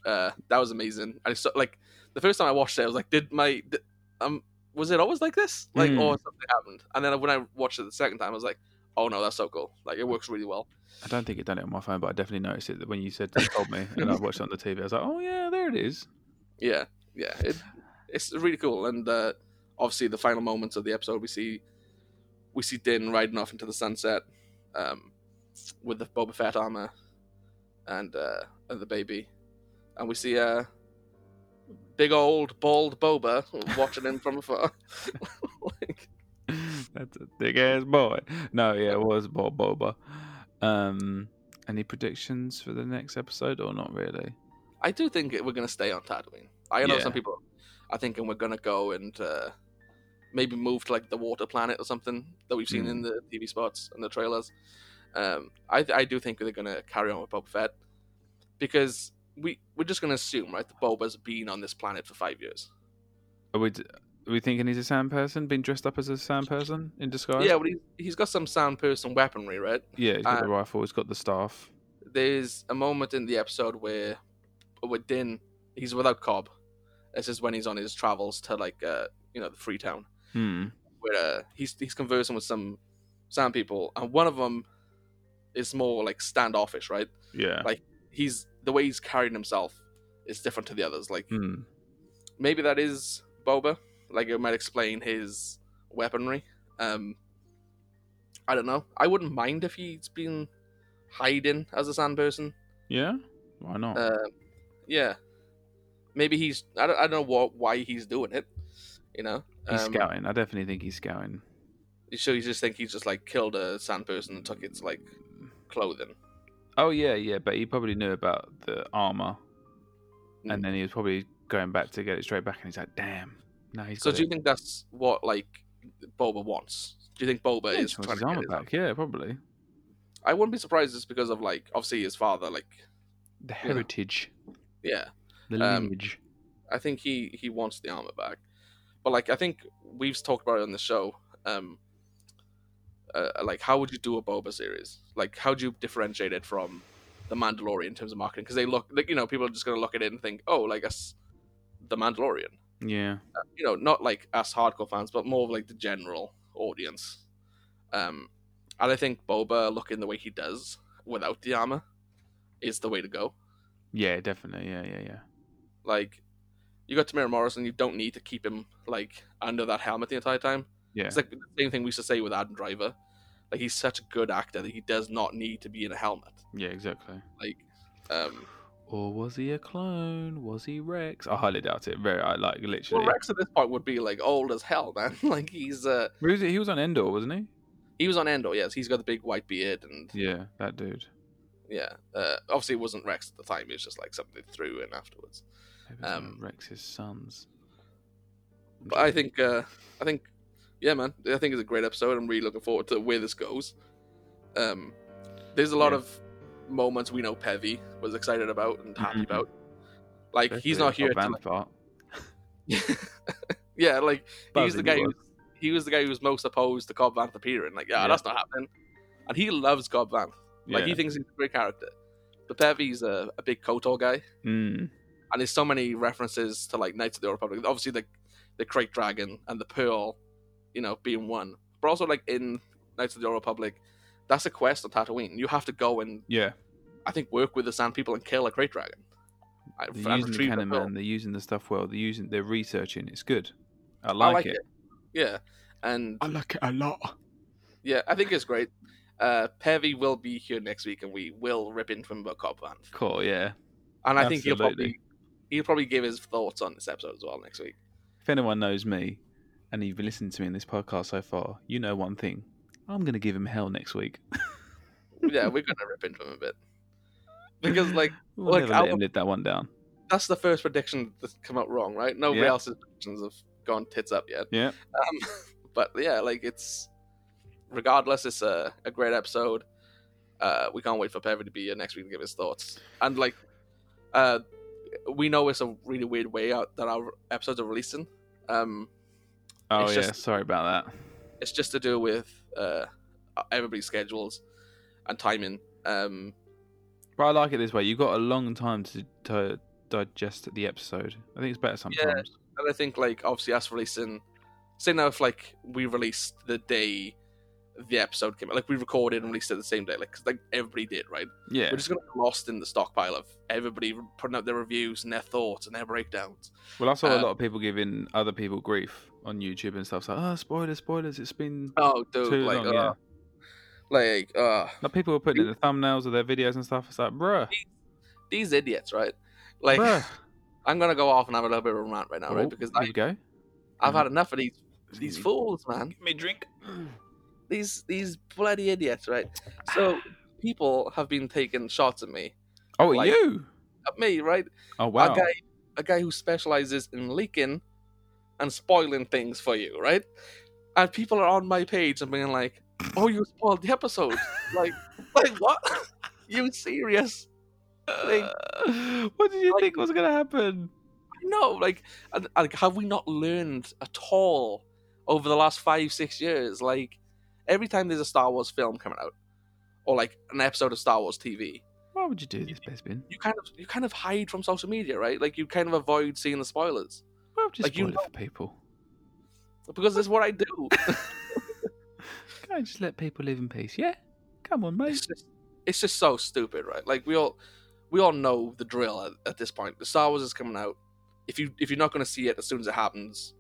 S1: uh, that was amazing. And it's so, like the first time I watched it, I was like, did my did, um was it always like this? Like,
S2: Mm.
S1: or something happened? And then when I watched it the second time, I was like, oh no, that's so cool. Like it works really well.
S2: I don't think it done it on my phone, but I definitely noticed it when you said you told me, and I watched it on the TV. I was like, oh yeah, there it is.
S1: Yeah, yeah, it, it's really cool. And uh, obviously, the final moments of the episode, we see we see Din riding off into the sunset um, with the Boba Fett armor and uh, and the baby, and we see uh, big old bald Boba watching him from afar. like,
S2: That's a big ass boy. No, yeah, it was Bob Boba. Um, any predictions for the next episode or not really?
S1: I do think it- we're gonna stay on Tatooine. I know
S2: Yeah.
S1: some people are thinking we're gonna go and uh, maybe move to like the water planet or something that we've seen
S2: Mm.
S1: in the TV spots and the trailers. Um, I I do think they're gonna carry on with Boba Fett because we we're just gonna assume right that Boba's been on this planet for five years.
S2: Are we d- are we thinking he's a sand person, being dressed up as a sand person in disguise?
S1: Yeah, but he's, he's got some sound person weaponry, right?
S2: yeah. He's got the
S1: uh,
S2: rifle. He's got the staff.
S1: There's a moment in the episode where with Din he's without Cobb. This is when he's on his travels to like uh, you know the Freetown.
S2: Hmm.
S1: where uh, he's he's conversing with some sound people, and one of them is more like standoffish, right?
S2: Yeah.
S1: Like- He's the way he's carrying himself is different to the others. Like
S2: Hmm.
S1: maybe that is Boba. Like it might explain his weaponry. Um, I don't know. I wouldn't mind if he's been hiding as a sand person.
S2: Yeah. Why not?
S1: Uh, yeah, maybe he's. I don't, I don't know what why he's doing it. You know,
S2: he's
S1: Um,
S2: scouting. I definitely think he's scouting.
S1: So you just think he's just like killed a sand person and took its like clothing.
S2: Oh yeah, yeah. But he probably knew about the armor,
S1: Mm.
S2: and then he was probably going back to get it straight back, and he's like, "Damn, no, he's
S1: So
S2: got
S1: do
S2: it.
S1: you think that's what like Boba wants? Do you think Boba
S2: Yeah,
S1: is
S2: just wants
S1: trying
S2: his
S1: to get
S2: armor
S1: his-
S2: back. Yeah, probably
S1: I wouldn't be surprised it's because of like obviously his father. Like
S2: the heritage,
S1: yeah,
S2: the
S1: Um,
S2: lineage.
S1: I think he he wants the armor back. But like I think we've talked about it on the show. Um, uh, like how would you do a Boba series? Like how do you differentiate it from the Mandalorian in terms of marketing? Because they look like you know people are just gonna look at it and think oh like us the Mandalorian.
S2: yeah.
S1: you know, not like us hardcore fans, but more of like the general audience. Um, and I think Boba looking the way he does without the armor is the way to go.
S2: Yeah, definitely. Yeah, yeah, yeah.
S1: Like, you got Tamara Morrison, you don't need to keep him like under that helmet the entire time.
S2: Yeah.
S1: It's like the same thing we used to say with Adam Driver. Like he's such a good actor that he does not need to be in a helmet.
S2: yeah, exactly.
S1: Like, um,
S2: Or was he a clone? Was he Rex? I highly doubt it. Very, I like
S1: well,
S2: literally.
S1: Rex at this point would be like old as hell, man. like he's uh,
S2: Who was it? He was on Endor, wasn't he?
S1: he was on Endor, yes. He's got the big white beard and
S2: Yeah, that dude.
S1: yeah. Uh, obviously, it wasn't Rex at the time. It was just like something they threw in afterwards.
S2: Maybe it's one
S1: Um,
S2: of Rex's sons.
S1: But I think, uh, I think, yeah, man, I think it's a great episode. I'm really looking forward to where this goes. Um, there's a lot
S2: Yeah.
S1: of moments we know Pevy was excited about and happy
S2: Mhm.
S1: about. Like he's not here. To,
S2: Band part.
S1: like- yeah, like he's
S2: Buzzing
S1: the guy.
S2: he
S1: Who,
S2: was.
S1: he was the guy who was most opposed to Cobb Vanth appearing. Like, yeah,
S2: Yeah.
S1: that's not happening. and he loves Cobb Vanth. Like
S2: yeah.
S1: he thinks he's a great character. But Pevy's a, a big KOTOR guy,
S2: Mm.
S1: and there's so many references to like Knights of the Old Republic. Obviously, the the Crate Dragon and the Pearl, you know, being one. But also like in Knights of the Old Republic, that's a quest on Tatooine. You have to go and
S2: Yeah.
S1: I think work with the Sand People and kill a Crate Dragon. I-
S2: They're using the
S1: retrieve the
S2: canon,
S1: pearl.
S2: man. They're using the stuff well. They're using. They're researching. It's good. I like,
S1: like
S2: it.
S1: Yeah, and
S2: I like it a lot.
S1: yeah, I think it's great. Uh, Pevy will be here next week, and we will rip into him about Cobb Vanth.
S2: Cool. Yeah.
S1: And I think he'll
S2: Absolutely.
S1: probably he'll probably give his thoughts on this episode as well next week.
S2: If anyone knows me, and you've been listening to me in this podcast so far, you know one thing. I'm gonna give him hell next week.
S1: yeah, we're gonna rip into him a bit because like
S2: We'll
S1: Look,
S2: never
S1: I
S2: let him
S1: would-
S2: live that one down.
S1: that's the first prediction that's come out wrong, right? Nobody
S2: Yeah.
S1: else's predictions have gone tits up yet.
S2: Yeah.
S1: Um, but yeah, like it's regardless, it's a, a great episode. Uh, we can't wait for Pevy to be here next week to give his thoughts. And like, uh, we know it's a really weird way out that our episodes are releasing. Um,
S2: Oh
S1: It's
S2: yeah.
S1: just-
S2: Sorry about that.
S1: it's just to do with uh, everybody's schedules and timing. Um,
S2: But I like it this way. You've got a long time to, to digest the episode. I think it's better sometimes.
S1: And I think like obviously us releasing say now if like we released the day the episode came out, like we recorded and released it the same day, like 'cause, like everybody did, right?
S2: Yeah.
S1: We're just gonna be lost in the stockpile of everybody putting out their reviews and their thoughts and their breakdowns.
S2: Well, I saw a
S1: uh,
S2: lot of people giving other people grief on YouTube and stuff. So, oh, spoilers, spoilers. It's been
S1: Oh, dude,
S2: too
S1: like,
S2: long.
S1: uh,
S2: yeah.
S1: like, uh,
S2: Like people were putting in the thumbnails of their videos and stuff. It's like, bruh,
S1: these idiots, right? Like,
S2: bruh.
S1: I'm gonna go off and have a little bit of a rant right now,
S2: Oh,
S1: right? Because
S2: there
S1: I,
S2: you go.
S1: I've had enough of these
S2: Give
S1: these
S2: me-
S1: fools, man.
S2: Give me a drink.
S1: these these bloody idiots, right? So people have been taking shots at me,
S2: Oh, at
S1: Like-
S2: you?
S1: at me, right?
S2: Oh wow.
S1: A guy, a guy who specializes in leaking and spoiling things for you, right? And people are on my page and being like, "Oh, you spoiled the episode!" like, like what? you serious?
S2: Like, what did you
S1: like-
S2: think was gonna happen?
S1: No, like, and- like, have we not learned at all over the last five, six years? Like, every time there's a Star Wars film coming out, or like an episode of Star Wars TV,
S2: Why would you do this, Bespin?
S1: you kind of you kind of hide from social media, right? Like you kind of avoid seeing the spoilers
S2: Why would you
S1: Like, you
S2: spoil it for people?
S1: because that's what I do.
S2: Can't you just let people live in peace? Yeah. Come on, mate.
S1: It's just it's just so stupid, right? Like we all we all know the drill at, at this point. The Star Wars is coming out. If you if you're not going to see it as soon as it happens,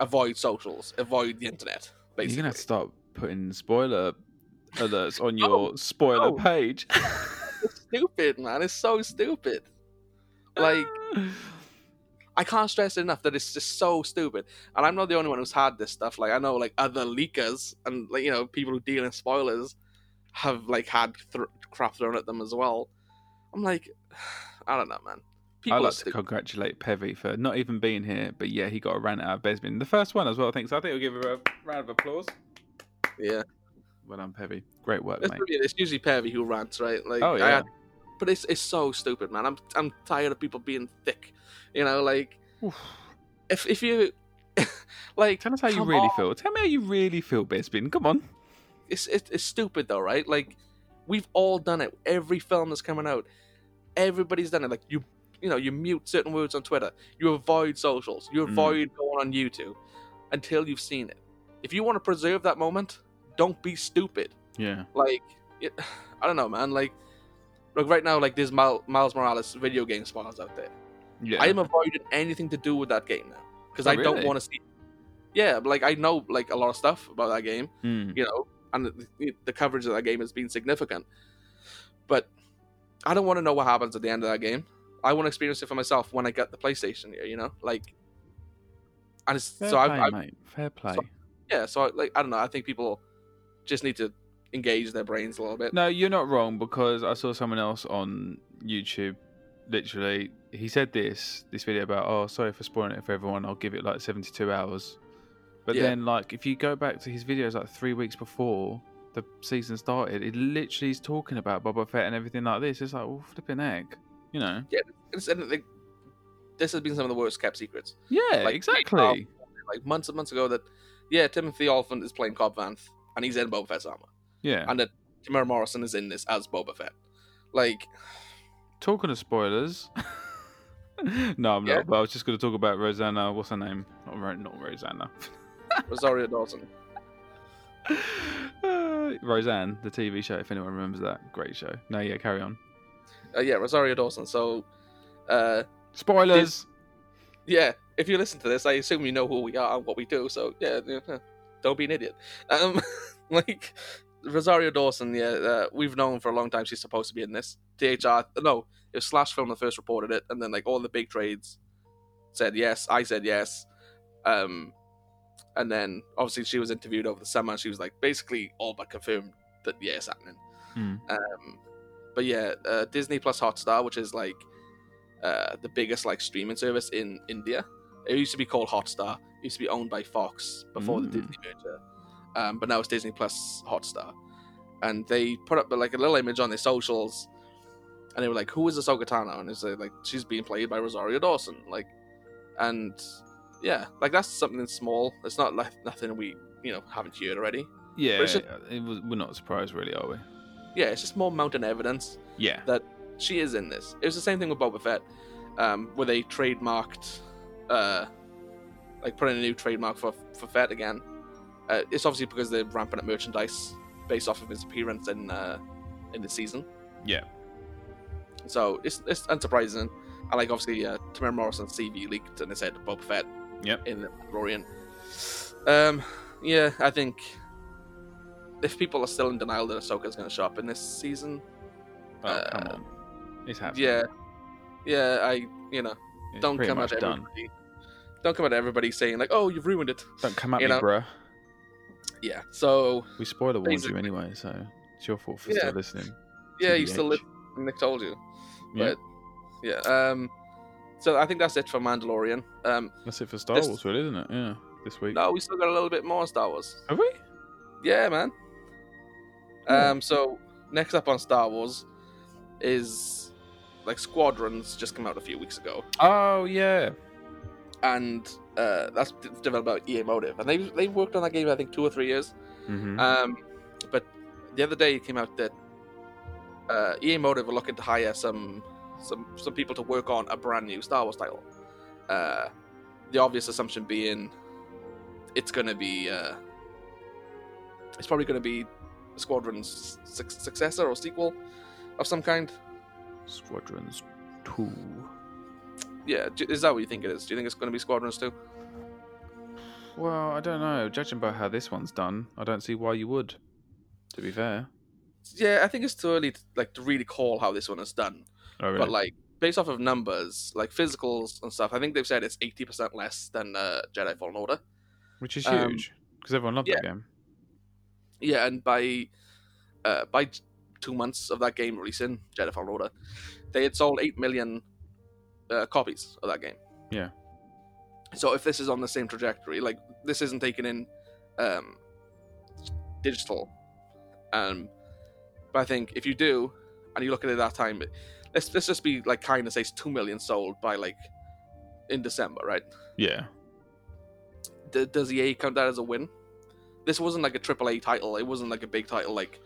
S1: avoid socials, avoid the internet. Basically,
S2: You're gonna have to start putting spoiler alerts on your
S1: No,
S2: spoiler
S1: no.
S2: page.
S1: it's stupid, man. It's so stupid. Like I can't stress it enough that it's just so stupid. And I'm not the only one who's had this stuff. Like I know, like other leakers and like you know people who deal in spoilers have like had thr crap thrown at them as well. I'm like, I don't know, man.
S2: I'd
S1: People are
S2: like to
S1: stupid.
S2: congratulate Pevy for not even being here, but yeah, he got a rant out of Besbin. The first one as well, I think. So I think we'll give her a round of applause.
S1: yeah,
S2: Well done, Pevy. Great work,
S1: it's,
S2: mate.
S1: really- it's usually Pervy who rants, right? Like,
S2: Oh,
S1: I
S2: yeah.
S1: but it's it's so stupid, man. I'm I'm tired of people being thick. You know, like
S2: Oof.
S1: if if you like
S2: Tell us how you
S1: come
S2: really
S1: on.
S2: feel. Tell me how you really feel, Bespin. Come on.
S1: it's it, it's stupid though, right? Like we've all done it. Every film that's coming out, everybody's done it. Like you, you know, you mute certain words on Twitter. You avoid socials. You
S2: Mm.
S1: avoid going on YouTube until you've seen it. If you want to preserve that moment, don't be stupid.
S2: Yeah.
S1: Like it, I don't know, man. Like like right now, like there's Mal- Miles Morales video game spoilers out there.
S2: Yeah.
S1: I am avoiding anything to do with that game now because
S2: Oh,
S1: I don't
S2: really?
S1: want to see. Yeah, but, like I know like a lot of stuff about that game
S2: Mm.
S1: you know, and the, the coverage of that game has been significant. But I don't want to know what happens at the end of that game. I want to experience it for myself when I get the PlayStation here, you know, like. And it's,
S2: Fair
S1: so
S2: play,
S1: I, I
S2: mate. Fair play.
S1: yeah, so I, like I don't know. I think people just need to engage their brains a little bit.
S2: No, you're not wrong because I saw someone else on YouTube. Literally, he said this this video about oh sorry for spoiling it for everyone. I'll give it like 72 hours. But
S1: Yeah.
S2: then like if you go back to his videos like three weeks before the season started, it literally is talking about Boba Fett and everything like this. It's like well flipping egg, you know?
S1: It's, and, like, this has been some of the worst kept secrets.
S2: Yeah,
S1: Like,
S2: exactly.
S1: um, Like months and months ago, that yeah, Timothy Oliphant is playing Cobb Vanth, and he's in Boba Fett's armor.
S2: yeah,
S1: and that Tamara Morrison is in this as Boba Fett. Like,
S2: Talking of spoilers. no, I'm
S1: Yeah.
S2: not. But I was just going to talk about Rosanna. What's her name? Not, Ro- not Rosanna.
S1: Rosario Dawson.
S2: Uh, Roseanne, the TV show. If anyone remembers that, great show. No, yeah, carry on.
S1: Uh, yeah, Rosario Dawson. So, uh,
S2: Spoilers.
S1: yeah, if you listen to this, I assume you know who we are and what we do. So, yeah, you know, don't be an idiot. Um, like Rosario Dawson, yeah, uh, we've known for a long time she's supposed to be in this. DHR, no, it was Slash Film that first reported it, and then like all the big trades said yes. I said yes. Um, and then obviously she was interviewed over the summer. And she was like basically all but confirmed that yeah, it's happening.
S2: Hmm.
S1: Um, but yeah, uh, Disney Plus Hotstar, which is like uh, the biggest like streaming service in India. It used to be called Hotstar. It used to be owned by Fox before
S2: Mm.
S1: the Disney merger, um, but now it's Disney Plus Hotstar. And they put up like a little image on their socials, and they were like, "Who is Ahsoka Tano?" And it's uh, like she's being played by Rosario Dawson. Like, and yeah, like that's something small. It's not like nothing we you know haven't heard already.
S2: Yeah,
S1: but it's just-
S2: it was, we're not surprised, really, are we?
S1: Yeah, it's just more mountain evidence.
S2: Yeah.
S1: she is in this. It was the same thing with Boba Fett, um, where they trademarked, uh, like put in a new trademark for for Fett again. Uh, it's obviously because they're ramping up merchandise based off of his appearance in uh, in the season.
S2: Yeah.
S1: So it's it's unsurprising, and like obviously uh, Tamara Morrison's CV leaked, and they said Boba Fett.
S2: Yep.
S1: In the Mandalorian. Um, yeah, I think if people are still in denial that Ahsoka's going to show up in this season,
S2: Oh,
S1: uh,
S2: come on. It's happening.
S1: yeah, yeah, I you know
S2: It's
S1: don't
S2: pretty
S1: come
S2: much
S1: at
S2: done.
S1: everybody. Don't come at everybody saying like, "Oh, you've ruined it."
S2: Don't come at
S1: you
S2: me,
S1: know.
S2: bruh.
S1: Yeah. So
S2: We spoiler warned you
S1: Basically.
S2: anyway, so it's your fault for
S1: Yeah.
S2: still listening.
S1: yeah, you still
S2: TBH.
S1: live. Nick told you,
S2: Yeah.
S1: but yeah. Um. So I think that's it for Mandalorian. Um.
S2: That's it for Star
S1: This-
S2: Wars, really, isn't it? Yeah, this week.
S1: No, we still got a little bit more Star Wars.
S2: Have we?
S1: Yeah, man.
S2: Cool.
S1: Um. So next up on Star Wars is like Squadrons just come out a few weeks ago,
S2: Oh yeah.
S1: and uh, that's d- developed by EA Motive, and they they worked on that game I think two or three years.
S2: hmm
S1: Um, but the other day it came out that uh, EA Motive were looking to hire some some some people to work on a brand new Star Wars title. Uh, the obvious assumption being it's going to be uh, it's probably going to be Squadron's suc successor or sequel of some kind.
S2: Squadrons two.
S1: Yeah, d- is that what you think it is? Do you think it's going to be Squadrons too?
S2: Well, I don't know. Judging by how this one's done, I don't see why you would. To be fair.
S1: Yeah, I think it's too early to, like to really call how this one is done.
S2: Oh really?
S1: but like based off of numbers, like physicals and stuff, I think they've said it's eighty percent less than uh, Jedi Fallen Order.
S2: Which is
S1: um,
S2: huge because everyone loved that game.
S1: Yeah, and by uh, by t- two months of that game releasing, Jedi Fallen Order, they had sold eight million uh, copies of that game.
S2: Yeah.
S1: So if this is on the same trajectory, like this isn't taken in um, digital, um, but I think if you do, and you look at it that time, let's let's just be like kind of says two million sold by like in December, right?
S2: Yeah.
S1: D- does EA count that as a win? This wasn't like a triple A title. It wasn't like a big title like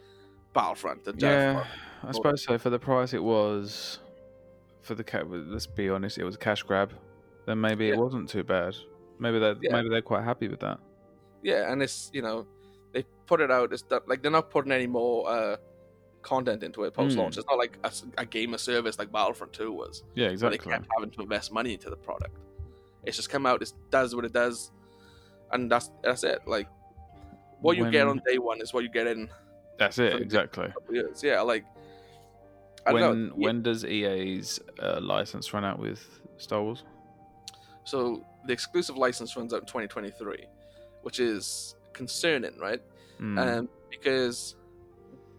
S1: Battlefront. And Jedi
S2: Yeah,
S1: Fallen.
S2: I suppose so. For the price it was, for the cat, let's be honest, it was a cash grab. Then maybe
S1: Yeah.
S2: it wasn't too bad. Maybe they are
S1: Yeah.
S2: maybe they're quite happy with that.
S1: yeah, and it's you know they put it out. It's that like they're not putting any more uh, content into it post
S2: Hmm.
S1: launch. It's not like a, s- a game of service like Battlefront Two was.
S2: Yeah,
S1: but they
S2: exactly.
S1: kept having to invest money into the product. It's just come out, it does what it does, and that's that's it. Like what you get
S2: When-
S1: on day one is what you get in a
S2: That's it,
S1: for the-
S2: exactly.
S1: couple years. Yeah, like I don't
S2: when
S1: know. Yeah,
S2: when does EA's uh, license run out with Star Wars?
S1: So the exclusive license runs out in 2023, which is concerning, right?
S2: Mm.
S1: um, because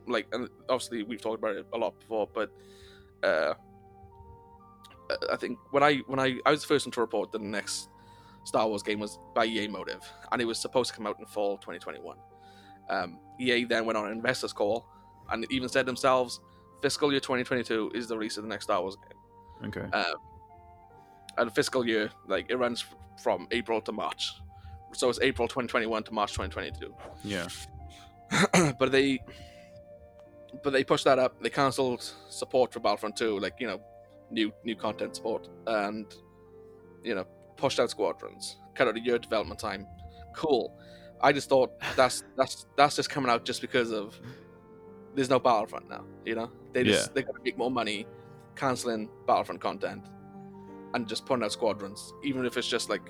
S1: like and obviously we've talked about it a lot before but uh, I- i think when i when i i was the first one to report that the next star wars game was by ea motive and it was supposed to come out in fall 2021 um, ea then went on an investors call and even said themselves fiscal year 2022 is the release of the next star wars game
S2: okay.
S1: um, and fiscal year like it runs f- from april to march so it's april 2021 to march 2022
S2: yeah.
S1: but they but they pushed that up. They cancelled support for Battlefront 2, like you know, new new content support, and you know, pushed out squadrons, cut out a year development time. Cool. I just thought that's that's that's just coming out just because of there's no Battlefront now. You know, they just
S2: Yeah.
S1: they're gonna make more money canceling Battlefront content and just putting out squadrons, even if it's just like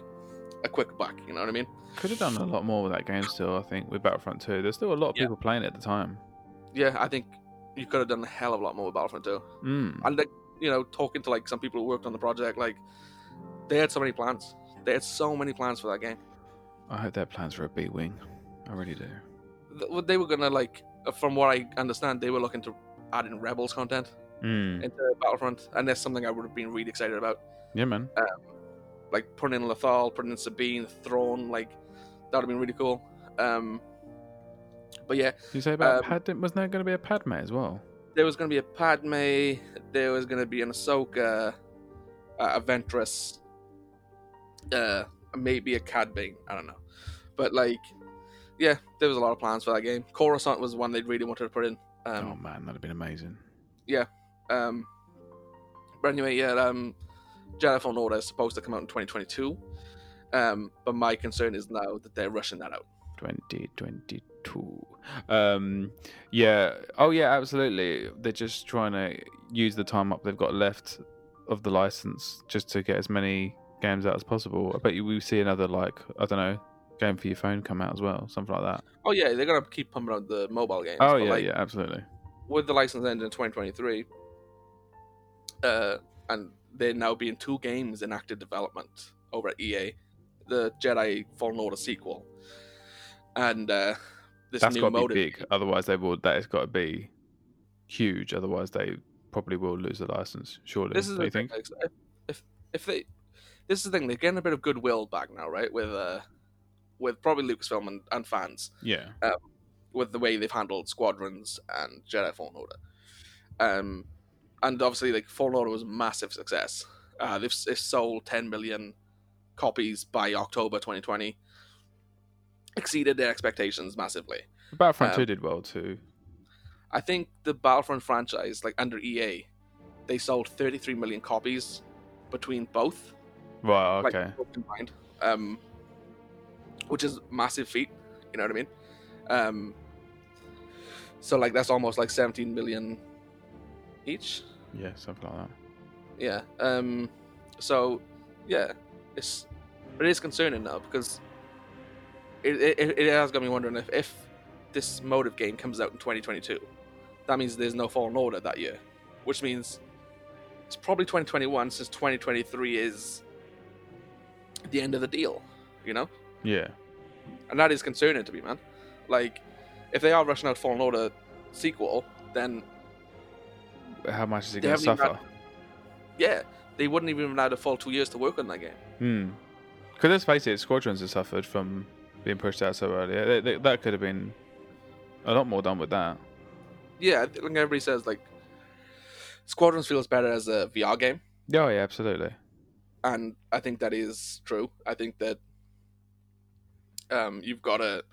S1: a quick buck. You know what I mean?
S2: Could have done a lot more with that game still, I think, with Battlefront 2. There's still a lot of
S1: Yeah.
S2: people playing it at the time.
S1: Yeah, I think you could have done a hell of a lot more with Battlefront 2.
S2: Mm.
S1: and like you know talking to like some people who worked on the project like they had so many plans they had so many plans for that game
S2: I hope their plans for a B Wing. I really do.
S1: Th- what they were gonna like uh, from what i understand they were looking to add in rebels content
S2: Mm.
S1: into battlefront and that's something i would have been really excited about
S2: Yeah, man.
S1: like putting in Lethal, putting in Sabine, Thrawn, like that would have been really cool. Um, but yeah,
S2: You say about
S1: Um,
S2: Pad? Wasn't there going to be a Padme as well?
S1: there was going to be a Padme, there was going to be an Ahsoka, uh, Aventress, uh, maybe a Cad Bane. I don't know, but like, yeah, there was a lot of plans for that game. Coruscant was one they really wanted to put in.
S2: oh
S1: Um,
S2: man, that'd have been amazing. Oh.
S1: um, but anyway, yeah, um, Jedi Fallen Order is supposed to come out in 2022, um, but my concern is now that they're rushing that out.
S2: 2022. Um, yeah. Oh, yeah, absolutely. They're just trying to use the time up they've got left of the license just to get as many games out as possible. I bet you we see another, like, I don't know, game for your phone come out as well, something like that.
S1: Oh yeah, they're gonna keep pumping out the mobile games.
S2: Oh,
S1: but,
S2: yeah,
S1: like,
S2: yeah, absolutely.
S1: with the license ending in 2023, uh, and there now being two games in active development over at EA, the Jedi Fallen Order sequel, and uh, this
S2: That's
S1: new
S2: got to
S1: mode.
S2: be big. Otherwise, they will. That has got to be huge. Otherwise, they probably will lose the license. Surely,
S1: This is
S2: do
S1: the
S2: you
S1: thing.
S2: think?
S1: like, If, if if they, this is the thing. They're getting a bit of goodwill back now, right? With uh, with probably Lucasfilm and, and fans.
S2: Yeah.
S1: with the way they've handled squadrons and Jedi Fallen Order. Um, and obviously, like Fallen Order was a massive success. Uh, they've, they've sold 10 million copies by October 2020, exceeded their expectations massively.
S2: Battlefront
S1: Um,
S2: Two did well too.
S1: I think the Battlefront franchise, like under EA, they sold 33 million copies between both,
S2: Right.
S1: like,
S2: Okay.
S1: both combined, um, which is massive feat. You know what I mean? Um, so like that's almost like 17 million each.
S2: yeah, something like that.
S1: Yeah. Um, so yeah, it's but it is concerning now because it it, it has got me wondering if, if this mode of game comes out in 2022, that means there's no Fallen Order that year, which means it's probably 2021 since 2023 is the end of the deal. You know
S2: Yeah.
S1: and that is concerning to me, man. Like, if they are rushing out Fallen Order sequel, then
S2: How much is it
S1: They
S2: going to
S1: haven't even
S2: suffer?
S1: yeah, they wouldn't even have had a full two years to work on that game.
S2: Hmm. Because let's face it, Squadrons have suffered from being pushed out so early. They- they- that could have been a lot more done with that.
S1: Yeah, I think everybody says like, Squadrons feels better as a VR game,
S2: Yeah, Oh, yeah, absolutely.
S1: and I think that is true. I think that um, you've got to.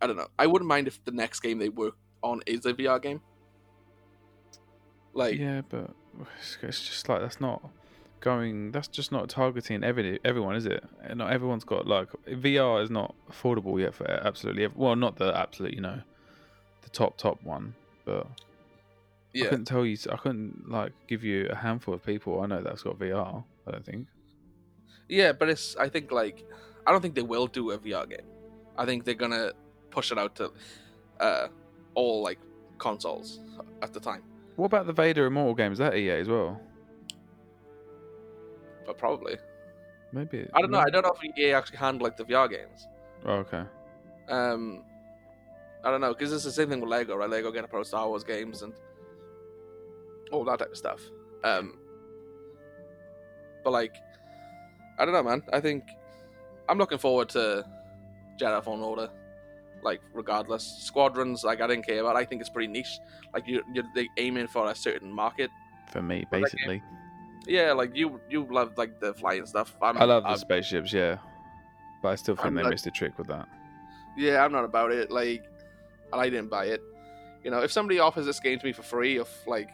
S1: I don't know. I wouldn't mind if the next game they work on is a VR game. Like,
S2: yeah, but it's- it's just like that's not going. That's just not targeting every everyone, is it? And Not everyone's got like VR is not affordable yet for absolutely. Every, well, not the absolute, you know, the top top one. But I
S1: yeah.
S2: couldn't tell you. I couldn't like give you a handful of people I know that's got VR. I don't think.
S1: Yeah, but it's. I think like, I don't think they will do a VR game. I think they're gonna push it out to uh, all like consoles at the time,
S2: What about the Vader Immortal games? Is that EA as well?
S1: but probably.
S2: Maybe.
S1: I don't know. I don't know if EA actually handle like the VR games.
S2: Oh, okay.
S1: Um, I don't know because it's the same thing with Lego, right? Lego get a pro Star Wars games and all that type of stuff. Um, but like, I don't know, man. I think I'm looking forward to Jedi Fallen Order. Like, regardless, squadrons, like I didn't care about. I think it's pretty niche. Like you, you're they aiming for a certain market.
S2: For me,
S1: that game-
S2: basically,
S1: Yeah, like you, you love like the flying stuff. I'm,
S2: I love the
S1: I'm-
S2: spaceships. Yeah, but I still think
S1: I'm
S2: they
S1: not-
S2: missed a trick with that.
S1: yeah, I'm not about it. Like, and I didn't buy it. You know, if somebody offers this game to me for free, if like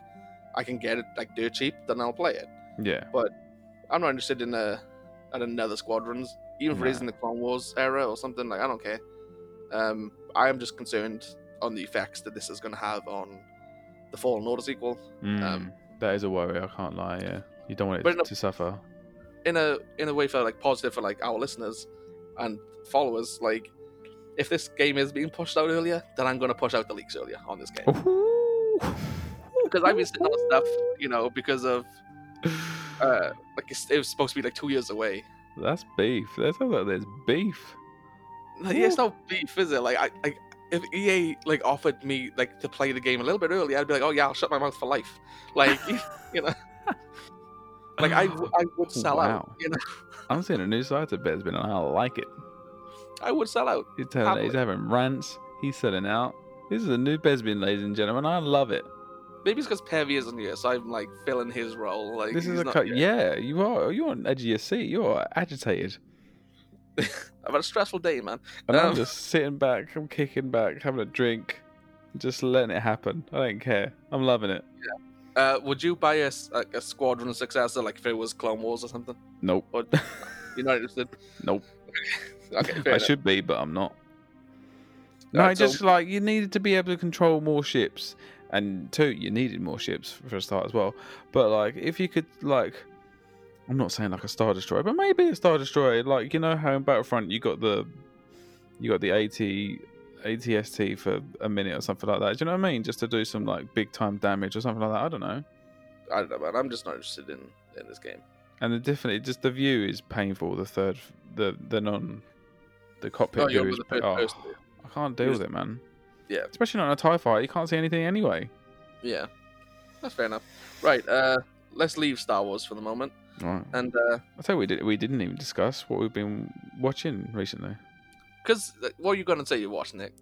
S1: I can get it like dirt cheap, then I'll play it.
S2: Yeah.
S1: I'm not interested in a at another squadrons, even if it
S2: Nah.
S1: is in the Clone Wars era or something. Like I don't care. Um, I am just concerned on the effects that this is going to have on the Fallen Order sequel.
S2: Mm,
S1: Um,
S2: that is a worry. I can't lie. Yeah, you don't want
S1: But
S2: it
S1: no-
S2: to suffer.
S1: in a in a way for like positive for like our listeners and followers like if this game is being pushed out earlier then i'm going to push out the leaks earlier on this game because i've been sitting on stuff you know because of uh like it's, it was supposed to be like two years away
S2: That's beef. That sounds like there's beef.
S1: like, yeah, it's no beef is it like i like if ea like offered me like to play the game a little bit earlier i'd be like oh yeah i'll shut my mouth for life like you know like i, w- I would sell
S2: Wow.
S1: out you know
S2: I'm seeing a new side to Besbin, and I like it.
S1: i would sell out
S2: He's, telling, he's
S1: Probably.
S2: having rants. He's selling out. This is a new Besbin, ladies and gentlemen. I love it.
S1: maybe it's because Pervy isn't here so i'm like filling his role like
S2: This
S1: he's
S2: is a
S1: not
S2: cut.
S1: here.
S2: Yeah, you are. You're on the edge of your seat. You're agitated.
S1: I've had a stressful day, man.
S2: And I'm
S1: Um,
S2: just sitting back. I'm kicking back, having a drink, just letting it happen. I don't care. I'm loving it.
S1: Uh, would you buy a, s- like a squadron successor, like if it was Clone Wars or something?
S2: Nope.
S1: Or- You're not interested?
S2: Nope.
S1: Okay, fair
S2: I
S1: enough.
S2: should be, but I'm not. No,
S1: Alright,
S2: I
S1: so-
S2: just like you needed to be able to control more ships, and two, you needed more ships for a start as well. But like, if you could, like, I'm not saying like a star destroyer, but maybe a star destroyer. Like, you know how in Battlefront you got the you got the AT ATST for a minute or something like that. Do you know what I mean? Just to do some like big time damage or something like that. I don't know.
S1: I don't know, man. I'm just not interested in in this game.
S2: And the definitely just the view is painful. The third, the the non, the cockpit
S1: Oh,
S2: view
S1: you're
S2: is
S1: the first
S2: oh.
S1: person.
S2: I can't deal
S1: You
S2: with it, man.
S1: Yeah.
S2: Especially not on a TIE fighter, you can't see anything anyway.
S1: Yeah, that's fair enough. Right, uh, let's leave Star Wars for the moment.
S2: Right.
S1: And uh
S2: I tell you, we, did, we didn't even discuss what we've been watching recently.
S1: 'cause because what are you gonna say you watched, Nick?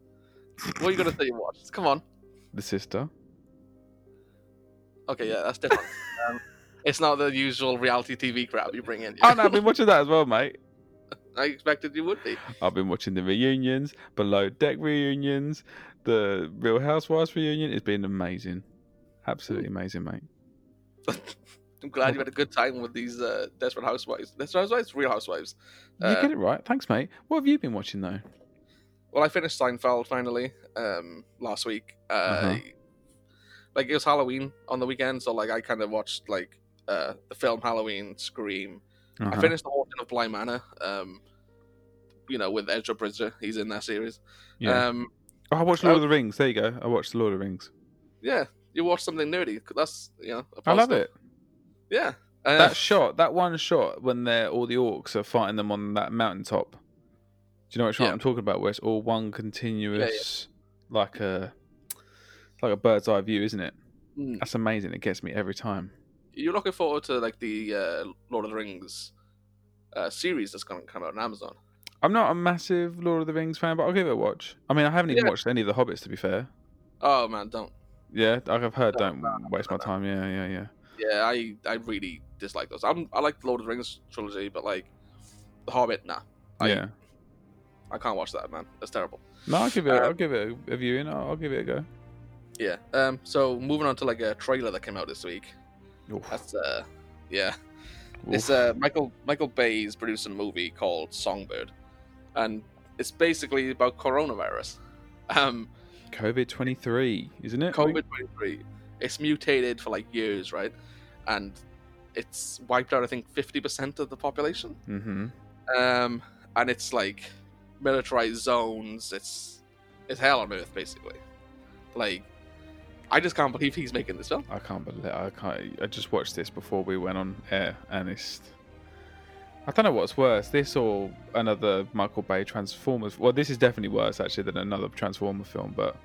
S1: What are you gonna say you watched? Come on.
S2: The Sister.
S1: Okay, yeah, that's different. um, it's not the usual reality TV crap you bring in.
S2: Oh, no, I've been watching that as well, mate.
S1: I expected you would be.
S2: I've been watching the reunions, below deck reunions, the Real Housewives reunion. It's been amazing. Absolutely amazing, mate.
S1: I'm glad you had a good time with these uh, Desperate Housewives. Desperate Housewives, Real Housewives.
S2: you
S1: Uh,
S2: get it right. Thanks, mate. What have you been watching, though?
S1: Well, I finished Seinfeld finally um, last week. Uh,
S2: Uh-huh.
S1: Like it was Halloween on the weekend, so like I kind of watched like uh, the film Halloween, Scream. I
S2: Uh-huh.
S1: finished the Haunting of Bly Manor. Um, you know, with Ezra Bridger, he's in that series.
S2: yeah.
S1: Um,
S2: oh, I watched Lord of the Rings. There you go. I watched Lord of the Rings.
S1: yeah, you watch something nerdy. That's you know, a
S2: I love
S1: positive.
S2: it.
S1: Yeah, uh,
S2: that shot, that one shot when they're all the orcs are fighting them on that mountaintop. Do you know what shot
S1: Yeah.
S2: I'm talking about? Where it's all one continuous, like a like a bird's eye view, isn't it?
S1: mm.
S2: That's amazing. It gets me every time.
S1: you're looking forward to like the uh, Lord of the Rings uh, series that's going to come out on Amazon.
S2: I'm not a massive Lord of the Rings fan, but I'll give it a watch. I mean, I haven't even
S1: Yeah.
S2: watched any of the Hobbits, to be fair.
S1: Oh man, don't.
S2: Yeah, like I've heard,
S1: No,
S2: don't
S1: no, no,
S2: waste
S1: no,
S2: my time. Yeah, yeah, yeah.
S1: Yeah, I I really dislike those. I'm I like the Lord of the Rings trilogy, but like the Hobbit, nah, I-
S2: yeah.
S1: I can't watch that man. That's terrible.
S2: No, I'll give it.
S1: um,
S2: I'll give it a, a viewing. I'll, I'll give it a go.
S1: Yeah. Um. So moving on to like a trailer that came out this week.
S2: Oof,
S1: That's uh, yeah. It's
S2: oof.
S1: uh Michael Michael Bay's producing a movie called Songbird, and it's basically about coronavirus. Um,
S2: COVID twenty three, isn't it?
S1: COVID twenty three. It's mutated for like years, right? And it's wiped out I think fifty percent of the population.
S2: Mm-hmm.
S1: Um, and it's like militarized zones. It's it's hell on earth basically. Like, I just can't believe he's making this film.
S2: I can't believe I can't. I just watched this before we went on air, and it's. I don't know what's worse, this or another Michael Bay Transformers. Well, this is definitely worse actually than another Transformer film, but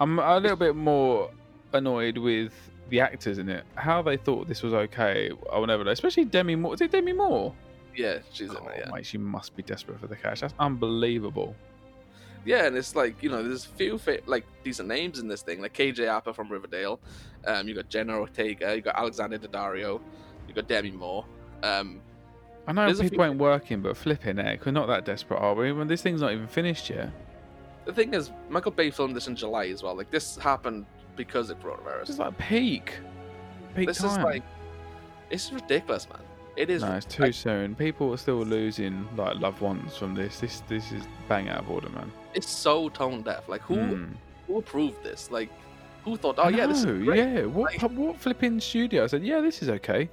S2: I'm a little bit more annoyed with the actors in it. How they thought this was okay, I will never know. Especially Demi Moore. Is it Demi Moore?
S1: Yeah, she's in
S2: Oh,
S1: it. Yeah.
S2: mate, she must be desperate for the cash. That's unbelievable.
S1: yeah, and it's like you know, there's a few fa- like decent names in this thing. Like KJ Appa from Riverdale. Um, you got Jenna Ortega. You got Alexander Daddario. You got Demi Moore. Um,
S2: I know
S1: There's a
S2: people ain't working, but flipping heck, we're not that desperate, are we? When this thing's not even finished yet.
S1: the thing is, Michael Bay filmed this in July as well. Like this happened because of coronavirus.
S2: This is like peak. Peak
S1: this
S2: time.
S1: is like this is ridiculous, man. It is.
S2: no, it's too soon. People are still losing like loved ones from this. This this is bang out of order, man.
S1: It's so tone deaf. Like who
S2: Mm.
S1: who approved this? Like who thought? Oh
S2: I
S1: yeah, this
S2: know,
S1: is great. Yeah.
S2: yeah. What what flipping studio said? Yeah, this is okay.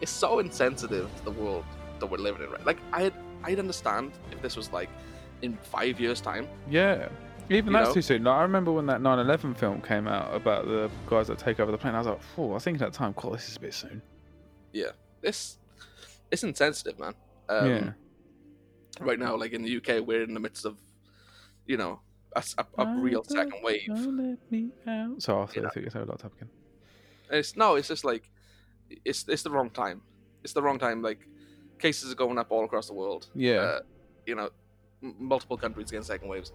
S1: it's so insensitive to the world that we're living in. Right? Like I'd I'd understand if this was like in five years' time.
S2: Yeah. Even
S1: You
S2: that's
S1: know?
S2: too soon. Like, I remember when that 9 11 film came out about the guys that take over the plane. I was like, Phew, I was thinking at that time, cool, this is a bit soon.
S1: This it's insensitive, man. Um,
S2: yeah.
S1: Right now, like in the UK, we're in the midst of you know a, s- a- a
S2: I
S1: real
S2: don't
S1: second wave.
S2: Don't let me out. So Arthur,
S1: You know.
S2: I think it's a lot of again.
S1: And It's no, it's just like it's it's the wrong time. It's the wrong time. Like cases are going up all across the world.
S2: Yeah.
S1: Uh, you know, m- multiple countries getting second waves.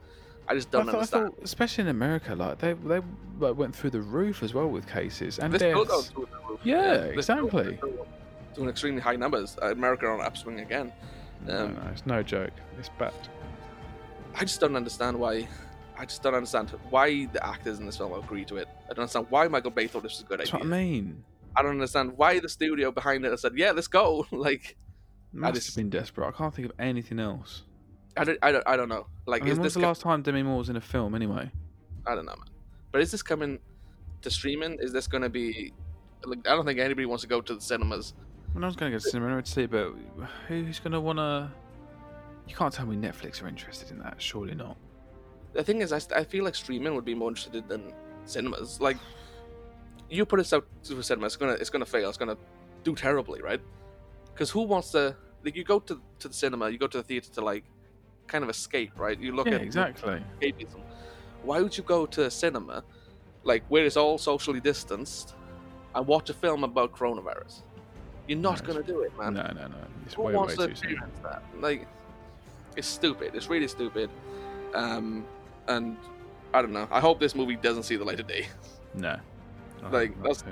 S1: I just don't
S2: I thought, I
S1: understand.
S2: thought, especially in America, like they they like, went through the roof as well with cases and
S1: This still goes
S2: deaths.
S1: through the roof.
S2: Yeah,
S1: this still goes
S2: exactly.
S1: through- To an extremely high numbers. Uh, America on upswing again.
S2: No,
S1: Um,
S2: no, it's no joke. It's bad.
S1: I just don't understand why. I just don't understand why the actors in this film agree to it. I don't understand why Michael Bay thought this was a good
S2: That's
S1: idea.
S2: what I mean.
S1: I don't understand why the studio behind it said, "Yeah, let's go." like,
S2: Must
S1: just-
S2: have been desperate. I can't think of anything else.
S1: I don't, I don't, I don't know. Like,
S2: I mean,
S1: is
S2: when was
S1: this
S2: the
S1: co-
S2: last time Demi Moore was in a film anyway?
S1: I don't know, man. But is this coming to streaming? Is this going to be? Like, I don't think anybody wants to go to the cinemas.
S2: When I was going to go to cinema, I would see, but who's going to want to? You can't tell me Netflix are interested in that. Surely not.
S1: The thing is, I, st- I feel like streaming would be more interested than cinemas. Like, you put this out to a cinema, it's gonna it's gonna fail. It's gonna do terribly, right? Because who wants to? Like, you go to to the cinema, you go to the theater to like kind of escape, right? You look
S2: yeah,
S1: at
S2: exactly.
S1: escapism. Why would you go to a cinema, like where it's all socially distanced, and watch a film about coronavirus? You're not
S2: No,
S1: gonna do it, man.
S2: No, no, no. It's
S1: Who
S2: way, way
S1: wants to
S2: too soon.
S1: experience that? Like, it's stupid. It's really stupid. Um, and I don't know. I hope this movie doesn't see the light of day.
S2: No. I
S1: Like,
S2: think
S1: that's-
S2: too.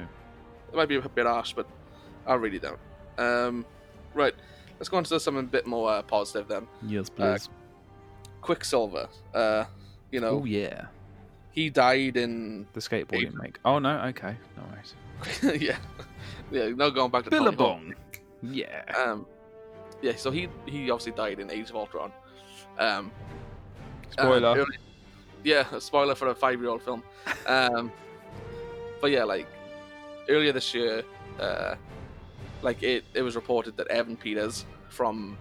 S1: It might be a bit harsh, but I really don't. Um, right, let's go on to something a bit more uh, positive then.
S2: Yes,
S1: please. Quicksilver. Uh, you know,
S2: oh yeah.
S1: he died in
S2: The skateboarding make. Oh no. Okay. No worries.
S1: yeah, yeah. No going back to Tony Hawk.
S2: Billabong. Yeah.
S1: Um, yeah. So he he obviously died in Age of Ultron. Um, Uh,
S2: Spoiler.
S1: early- yeah, a spoiler for a five-year-old film. Um, but yeah, like earlier this year, uh, like it, it was reported that Evan Peters from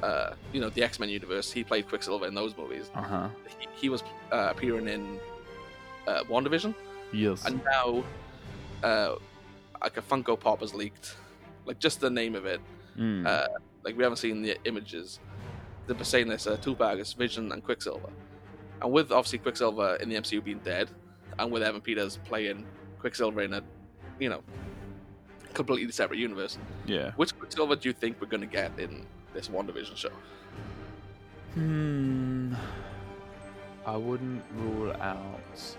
S1: uh, you know the X-Men universe, he played Quicksilver in those movies.
S2: uh huh.
S1: He, he was uh, appearing in uh, WandaVision,
S2: Yes.
S1: and now uh, like a Funko Pop was leaked, like just the name of it.
S2: Mm.
S1: uh, Like we haven't seen the images. They're saying this uh, two baggers, Vision and Quicksilver, and with obviously Quicksilver in the MCU being dead, and with Evan Peters playing Quicksilver in a, you know, completely separate universe.
S2: yeah.
S1: Which Quicksilver do you think we're gonna get in this One Division show?
S2: Hmm. I wouldn't rule out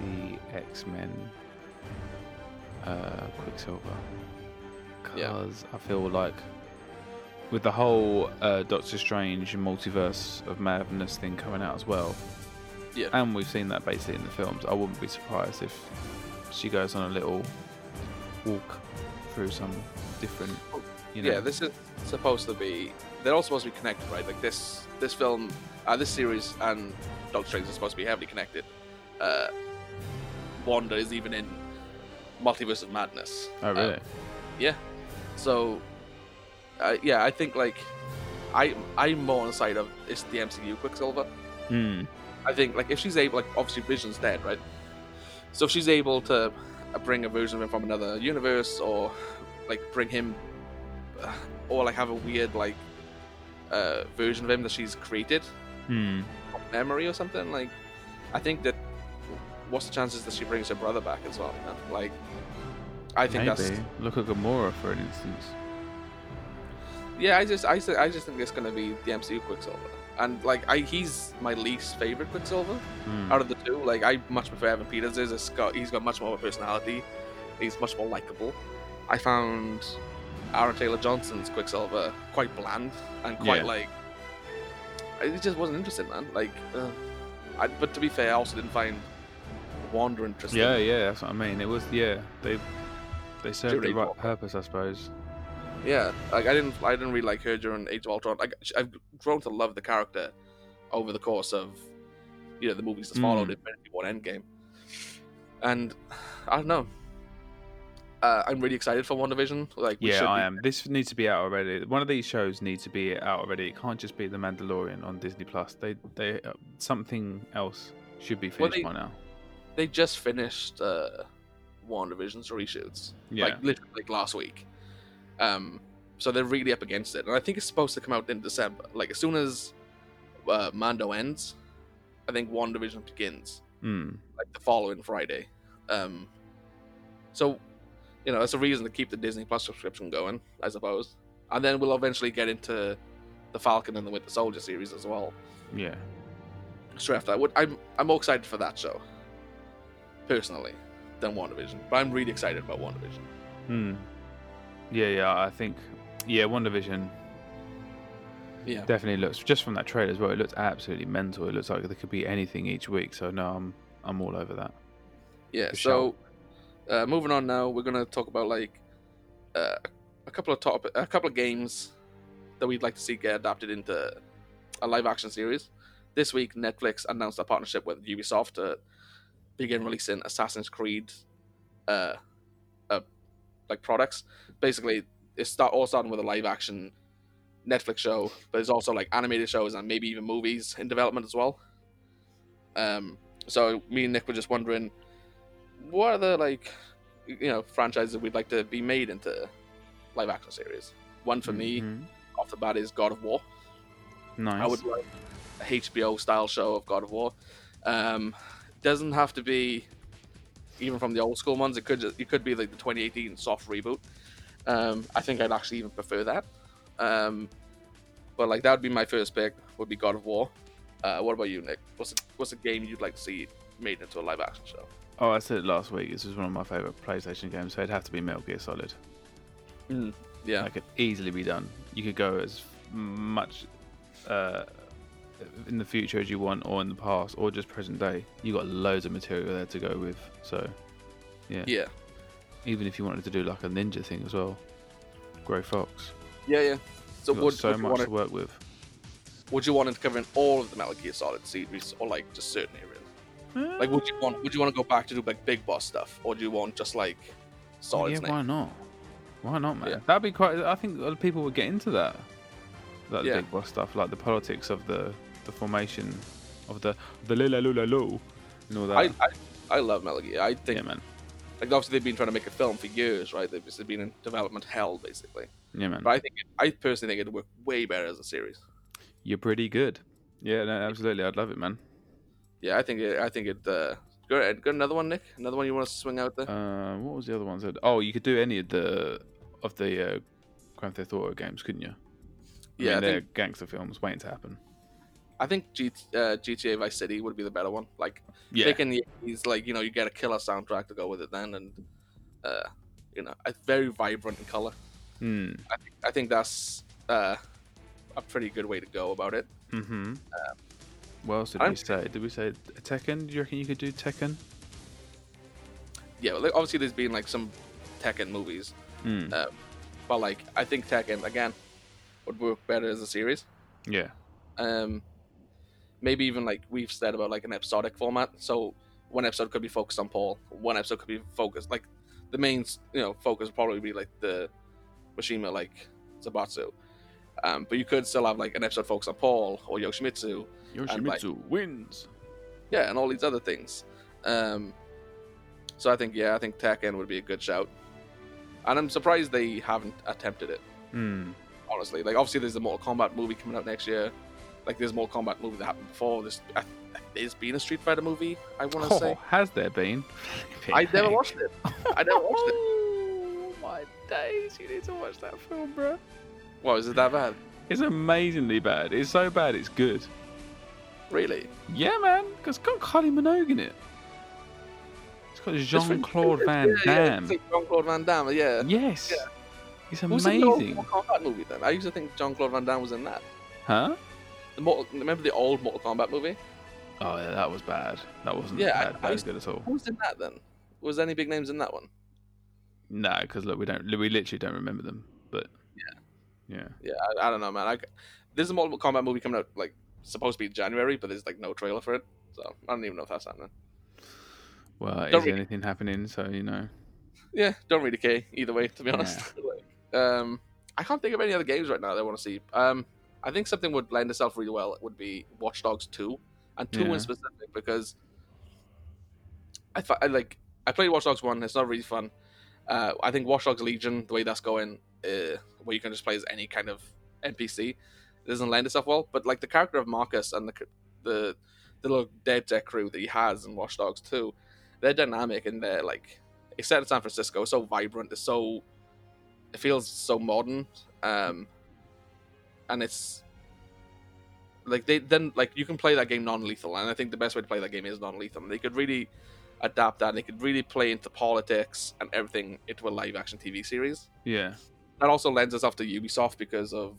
S2: the X Men uh, Quicksilver
S1: Yeah.
S2: because I feel like with the whole uh, Doctor Strange multiverse of madness thing coming out as well,
S1: Yeah.
S2: and we've seen that basically in the films. I wouldn't be surprised if she goes on a little walk through some different, you know,
S1: Oh, Yeah, this is supposed to be. They're all supposed to be connected, right? Like this, this film, uh, this series, and Doctor Strange are supposed to be heavily connected. Uh, Wanda is even in Multiverse of Madness.
S2: oh
S1: Uh,
S2: really?
S1: So, uh, yeah, I think like I I'm more on the side of it's the MCU Quicksilver.
S2: Hmm.
S1: I think like if she's able, like obviously Vision's dead, right? So if she's able to uh, bring a version of him from another universe, or like bring him, uh, or like have a weird like uh, version of him that she's created
S2: Hmm.
S1: from memory or something, like I think that what's the chances that she brings her brother back as well? You know? Like I think that's
S2: Maybe. Look at Gamora for an instance.
S1: Yeah, I just, I, s- I just think it's gonna be the MCU Quicksilver, and like, I he's my least favorite Quicksilver
S2: Hmm.
S1: out of the two. Like, I much prefer Evan Peters. Is it's got he's got much more of a personality. He's much more likable. I found Aaron Taylor Johnson's Quicksilver quite bland and quite
S2: Yeah.
S1: like I- it just wasn't interesting, man. Like, uh, I, but to be fair, I also didn't find Wander interesting.
S2: Yeah, yeah, that's what I mean. It was yeah, they they served the
S1: really
S2: right
S1: cool.
S2: purpose, I suppose.
S1: Yeah, like I didn't, I didn't really like her during Age of Ultron. Like sh- I've grown to love the character over the course of, you know, the movies that followed
S2: Mm.
S1: Infinity War, and Endgame, and I don't know. Uh, I'm really excited for WandaVision. Like, we
S2: yeah,
S1: should
S2: I
S1: be-
S2: am. This needs to be out already. One of these shows needs to be out already. It can't just be The Mandalorian on Disney Plus. They they uh, something else should be
S1: Well,
S2: finished by now.
S1: They just finished uh, WandaVision's reshoots,
S2: Yeah,
S1: like literally like last week. Um, so they're really up against it, and I think it's supposed to come out in December. Like as soon as uh, Mando ends, I think WandaVision begins.
S2: mm.
S1: like the following Friday. Um, so, you know, that's a reason to keep the Disney Plus subscription going, I suppose. And then we'll eventually get into the Falcon and the Winter Soldier series as well.
S2: yeah,
S1: Straight after that, What- I'm I'm more excited for that show, personally, than WandaVision. But I'm really excited about WandaVision.
S2: mm. yeah, yeah. I think yeah, WandaVision
S1: Yeah,
S2: definitely looks just from that trailer as well. It looks absolutely mental. It looks like there could be anything each week. So no, I'm I'm all over that.
S1: yeah.
S2: for
S1: So, uh, moving on now, we're gonna talk about like uh, a couple of top a couple of games that we'd like to see get adapted into a live action series. This week, Netflix announced a partnership with Ubisoft to begin releasing Assassin's Creed, uh, uh like products. Basically, it's start all starting with a live action Netflix show, but there's also like animated shows and maybe even movies in development as well. Um, so me and Nick were just wondering, what are the like, you know, franchises we'd like to be made into live action series? One for me
S2: Mhm.
S1: off the bat is God of War.
S2: nice.
S1: I would like a HBO style show of God of War. Um, doesn't have to be even from the old school ones. It could ju- it could be like the 2018 soft reboot. Um, I think I'd actually even prefer that. Um, but like that would be my first pick. Would be God of War. Uh, what about you, Nick? What's a, what's a game you'd like to see made into a live action show?
S2: Oh, I said it last week. This was one of my favorite PlayStation games, so it'd have to be Metal Gear Solid.
S1: Yeah,
S2: that could easily be done. You could go as much uh, in the future as you want, or in the past, or just present day. You got loads of material there to go with. So
S1: yeah,
S2: even if you wanted to do like a ninja thing as well, Grey Fox,
S1: yeah, yeah. So
S2: you got
S1: would,
S2: so
S1: would, you
S2: much to
S1: want it,
S2: work with.
S1: would you want it to cover in all of the Metal Gear Solid series, or like just certain areas? Like, would you want? Would you want to go back to do like big boss stuff, or do you want just like solid
S2: yeah,
S1: snake?
S2: why not? Why not, man?
S1: Yeah.
S2: That'd be quite. I think a lot of people would get into that, like the
S1: Yeah.
S2: big boss stuff, like the politics of the the formation of the the lula lula loo and all that.
S1: I, I I love Metal Gear. I think
S2: uh, yeah, man.
S1: like obviously they've been trying to make a film for years, right? They've, they've been in development hell basically.
S2: Yeah, man.
S1: But I think I personally think it'd work way better as a series.
S2: You're pretty good. Yeah, no, absolutely. I'd love it, man.
S1: Yeah, I think it, I think it. Uh, go ahead, go another one, Nick. Another one you want to swing out there?
S2: Uh, what was the other one? Said, oh, you could do any of the of the uh, Grand Theft Auto games, couldn't you? I
S1: yeah,
S2: mean,
S1: I
S2: they're
S1: think
S2: gangster films waiting to happen.
S1: I think G, uh, GTA Vice City would be the better one. Like
S2: Yeah,
S1: taking the he's like you know you get a killer soundtrack to go with it then, and uh, you know it's very vibrant in color.
S2: mm.
S1: I think, I think that's uh, a pretty good way to go about it.
S2: hmm What else did
S1: Um, I'm-
S2: we say? Did we say Tekken? Do you reckon you could do Tekken?
S1: Yeah, like obviously there's been like some Tekken movies,
S2: Mm.
S1: Uh, but like I think Tekken again would work better as a series.
S2: yeah,
S1: Um, maybe even like we've said about like an episodic format. So one episode could be focused on Paul. One episode could be focused like the main you know focus would probably be like the Mishima like Zabatsu. Um, but you could still have like an episode focused on Paul or Yoshimitsu
S2: Yoshimitsu wins.
S1: yeah, and all these other things. Um, so I think yeah, I think Tekken would be a good shout, and I'm surprised they haven't attempted it.
S2: Mm.
S1: Honestly, like obviously there's the Mortal Kombat movie coming out next year. Like there's a Mortal Kombat movie that happened before. There's I, there's been a Street Fighter movie. I want to
S2: Oh,
S1: say
S2: has there been?
S1: I never watched it. I never watched it.
S2: Oh my days! You need to watch that film, bro.
S1: What is it that bad?
S2: It's amazingly bad. It's so bad. It's good.
S1: Really?
S2: Yeah, man, because it's got Kylie Minogue in it. It's got Jean Claude Van
S1: Yeah, yeah,
S2: Damme.
S1: it's like Jean Claude Van Damme. Yeah.
S2: Yes,
S1: Yeah.
S2: it's
S1: Who's in the old
S2: amazing,
S1: Mortal Kombat movie then? I used to think Jean Claude Van Damme was in that.
S2: huh?
S1: The Mortal, remember the old Mortal Kombat movie?
S2: Oh yeah, that was bad. That wasn't
S1: Yeah, I-
S2: bad,
S1: I
S2: bad
S1: used-
S2: good at all.
S1: Who was in that then? Was there any big names in that one?
S2: No, because look, we don't, we literally don't remember them. But yeah, yeah.
S1: Yeah, I, I don't know, man. I, there's a Mortal Kombat movie coming out like supposed to be in January, but there's like no trailer for it, so I don't even know if that's happening.
S2: Well, is
S1: Don't
S2: there
S1: really-
S2: anything happening? So you know,
S1: Yeah, don't really care either way, to be honest. Like, um, I can't think of any other games right now that I want to see. Um, I think something would lend itself really well would be Watch Dogs Two, and Two
S2: Yeah.
S1: in specific because I, fi- I like I played Watch Dogs One. It's not really fun. Uh, I think Watch Dogs Legion, the way that's going, uh, where you can just play as any kind of NPC, doesn't lend itself well. But like the character of Marcus and the c- the the little dead tech crew that he has in Watch Dogs 2, they're dynamic and they're like it's set in San Francisco, it's so vibrant, it's so it feels so modern. Um and it's like they then like you can play that game non lethal and I think the best way to play that game is non lethal. They could really adapt that and they could really play into politics and everything into a live action TV series.
S2: yeah,
S1: That also lends itself to Ubisoft because of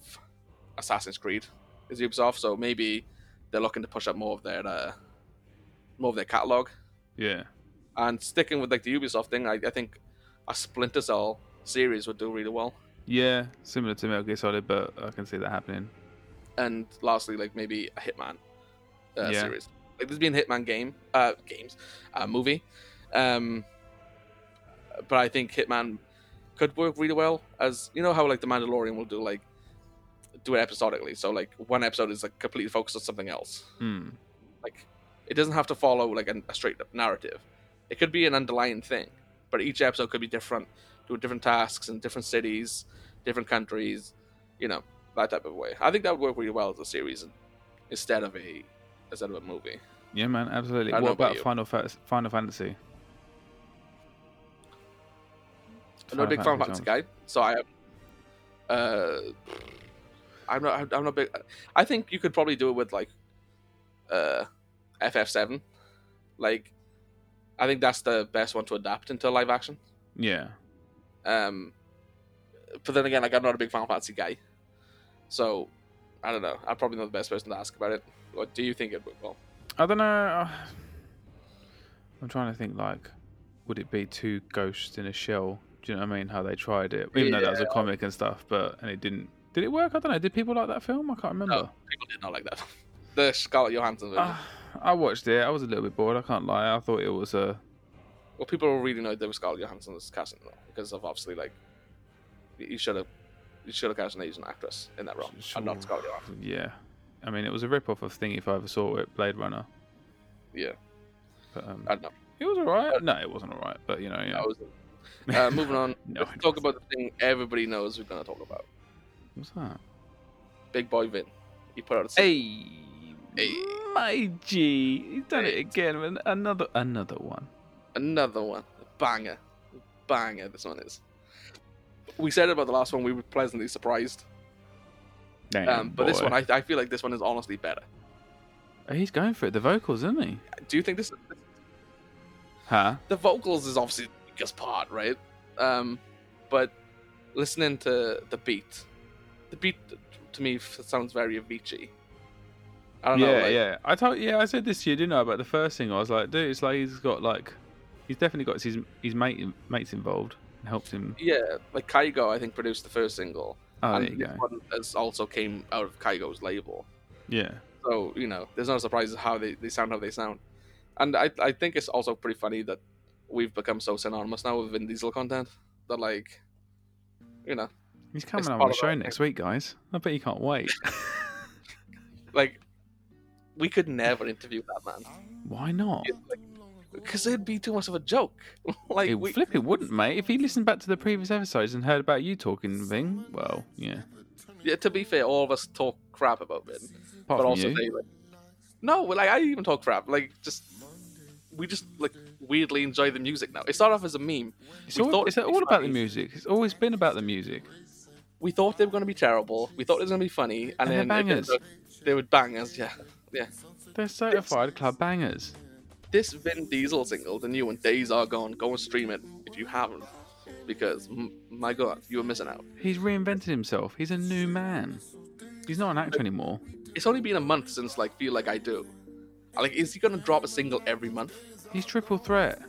S1: Assassin's Creed is Ubisoft, so maybe they're looking to push up more of their uh, more of their catalog.
S2: yeah,
S1: And sticking with like the Ubisoft thing, I, I think a Splinter Cell series would do really well.
S2: yeah. Similar to Metal Gear Solid, but I can see that happening.
S1: And lastly, like maybe a Hitman uh,
S2: Yeah.
S1: series. Like there's been Hitman game, uh, games, uh, movie. Um, but I think Hitman could work really well as you know how like the Mandalorian will do like do it episodically. So like one episode is like completely focused on something else.
S2: Hmm.
S1: like it doesn't have to follow like an, a straight up narrative it could be an underlying thing but each episode could be different do different tasks in different cities different countries you know that type of way i think that would work really well as a series instead of a instead of a movie
S2: Yeah, man, absolutely.
S1: I don't
S2: What
S1: know about
S2: about
S1: you.
S2: Final Fa- Final Fantasy?
S1: i'm not a big fan of fantasy guy so i uh i'm not i'm not big i think you could probably do it with like uh ff7 like i think that's the best one to adapt into live action
S2: Yeah,
S1: Um, but then again, like I'm not a big Final Fantasy guy, so I don't know. I'm probably not the best person to ask about it. What do you think it would? Well,
S2: I don't know. I'm trying to think. Like, would it be two ghosts in a shell? Do you know what I mean? How they tried it, even though that was a comic and stuff, but and it didn't. Did it work? I don't know. Did people like that film? I can't remember.
S1: people did not like that. the Scarlett Johansson version.
S2: Ah, I watched it. I was a little bit bored. I can't lie. I thought it was a
S1: well, people were really annoyed that was Scarlett Johansson's casting though, because of obviously like y- you should have you should have cast an Asian actress in that role, and
S2: Sure.
S1: not Scarlett Johansson.
S2: yeah. I mean, it was a rip off of Thing if I ever saw it, Blade Runner.
S1: Yeah.
S2: But, um,
S1: I don't know.
S2: it was alright. No, it wasn't alright. But you know, yeah.
S1: That was it. Uh, moving on.
S2: No,
S1: let's
S2: it
S1: talk
S2: wasn't.
S1: about the thing everybody knows we're gonna talk about.
S2: What's that?
S1: Big Boy Vin. He put out a
S2: Hey,
S1: Hey.
S2: my G, he's done it
S1: Hey.
S2: again. with Another, another one.
S1: Another one. Banger. Banger, this one is. We said about the last one, we were pleasantly surprised.
S2: Mm,
S1: Um, but this one, I, I feel like this one is honestly better.
S2: he's going for it. The vocals, isn't he?
S1: Do you think this.
S2: Huh?
S1: The vocals is obviously the biggest part, right? Um, but listening to the beat, the beat to me f- sounds very Avicii. I don't
S2: yeah,
S1: know. Like,
S2: yeah. I told, yeah, I said this to you, didn't I? About the first thing, I was like, dude, it's like he's got like, he's definitely got his his mate mates involved and helps him.
S1: yeah, like Kaigo, I think, produced the first single.
S2: Oh,
S1: and
S2: there you
S1: this
S2: go.
S1: one is also came out of Kaigo's label.
S2: Yeah,
S1: So you know, there's no surprises how they, they sound how they sound, and I I think it's also pretty funny that we've become so synonymous now with Vin Diesel content that like, you know,
S2: he's coming
S1: It's
S2: on
S1: part
S2: the
S1: of
S2: show
S1: our
S2: next week, guys. I bet you can't wait.
S1: like we could never interview that man
S2: Why not?
S1: because it'd be too much of a joke. like
S2: It
S1: we,
S2: flip it wouldn't, mate. If he listened back to the previous episodes and heard about you talking, Ving, well, yeah.
S1: yeah, to be fair, all of us talk crap about Vin,
S2: Apart
S1: but
S2: from
S1: also
S2: you.
S1: they like, no, well, like I even talk crap. Like just we just like weirdly enjoy the music now. It started off as a meme.
S2: It's
S1: We
S2: all,
S1: thought
S2: it's
S1: it'd be
S2: all about the
S1: funny.
S2: music. It's always been about the music.
S1: we thought they were going to be terrible. We thought it was going to be funny,
S2: And
S1: and, then
S2: they're
S1: it ended
S2: bangers.
S1: up- They were bangers, yeah, yeah.
S2: They're certified club bangers.
S1: This Vin Diesel single, the new one, "Days Are Gone," go and stream it if you haven't, because m- my God, you were missing out.
S2: He's reinvented himself. He's a new man. He's not an actor anymore.
S1: it's only been a month since like feel like I do. Like, is he gonna drop a single every month?
S2: He's triple threat.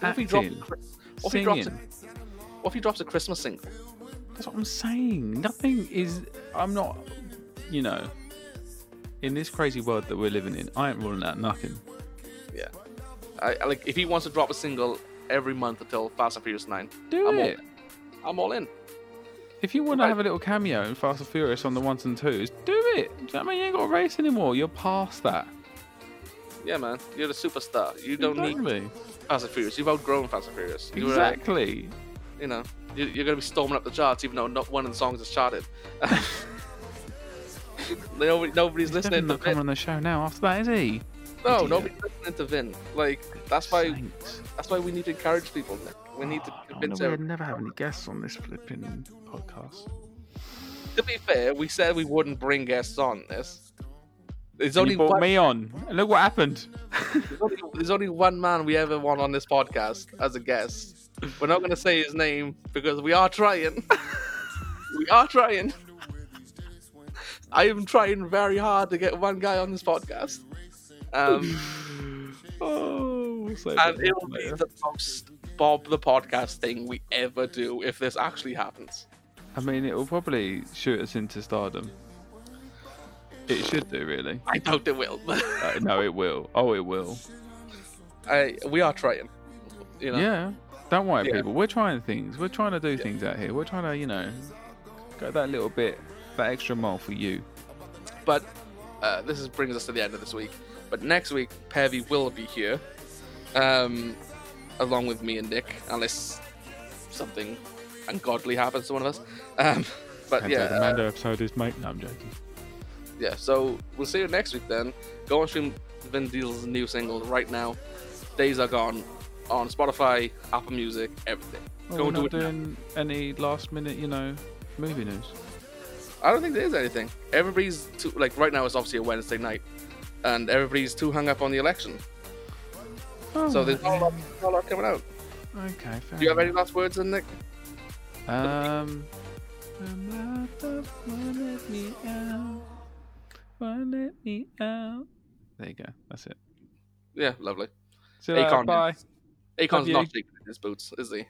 S1: What if he drops? a
S2: Acting.
S1: Chri- What if he drops? A,
S2: Singing.
S1: what if he drops a Christmas single?
S2: That's what I'm saying. Nothing is. I'm not. You know. In this crazy world that we're living in, I ain't ruling out nothing.
S1: Yeah. I, I like if he wants to drop a single every month until Fast and Furious Nine.
S2: Do
S1: I'm
S2: it.
S1: All, I'm all in.
S2: If you want to
S1: Right.
S2: have a little cameo in Fast and Furious on the ones and twos, do it. I mean, you ain't got a race anymore. You're past that.
S1: Yeah, man. You're the superstar. You don't need
S2: exactly.
S1: Fast and Furious. You've outgrown Fast and Furious. You were, uh,
S2: Exactly.
S1: you know, you- you're gonna be storming up the charts, even though not one of the songs is charted. Nobody, nobody's
S2: He's definitely
S1: listening to
S2: not coming
S1: Vin.
S2: on the show now after that, is he?
S1: No,
S2: Idiot.
S1: nobody's listening to Vin. Like that's why.
S2: Saints.
S1: That's why we need to encourage people. Nick. We need to
S2: Oh, no
S1: convince
S2: wonder
S1: everyone.
S2: We'd never have any guests on this flipping podcast.
S1: To be fair, we said we wouldn't bring guests on this. There's
S2: And
S1: only
S2: you brought
S1: one,
S2: me on. And look what happened.
S1: there's only there's only one man we ever want on this podcast as a guest. We're not going to say his name because we are trying. we are trying. I am trying very hard to get one guy on this podcast. Um,
S2: Oh, we'll save
S1: and
S2: it
S1: it
S2: for
S1: will be
S2: later.
S1: the most Bob the podcast thing we ever do if this actually happens.
S2: I mean, it will probably shoot us into stardom. It should do, really.
S1: I doubt it will. but
S2: Uh, no, it will. Oh, it will.
S1: I, we are trying. You know?
S2: Yeah. Don't worry,
S1: Yeah.
S2: people. We're trying things. We're trying to do things out here. We're trying to, you know, go that little bit, that extra mile for you.
S1: But uh, this is, brings us to the end of this week. But next week, Pervy will be here, um, along with me and Nick, unless something ungodly happens to one of us. Um, but
S2: And
S1: yeah,
S2: so the
S1: uh,
S2: Mando episode is mate. No, I'm joking. Oh,
S1: yeah. So we'll see you next week then. Go and stream Vin Diesel's new single right now. Days are gone on Spotify, Apple Music, everything.
S2: Oh,
S1: Go
S2: we're
S1: and do
S2: not
S1: it. now.
S2: doing any last minute, you know, movie news.
S1: I don't think there is anything. Everybody's too like right now. It's obviously a Wednesday night, and everybody's too hung up on the election.
S2: Oh,
S1: So there's not a lot, not a lot coming out.
S2: okay. Fair
S1: Do you have any
S2: enough.
S1: last words, then, Nick?
S2: Um. Come out of- won't let me out. Won't let me out. There you go. That's it.
S1: Yeah, lovely.
S2: See you later.
S1: Acorn.
S2: Bye. Have
S1: Acon's
S2: you-
S1: not shaking in his boots, is he?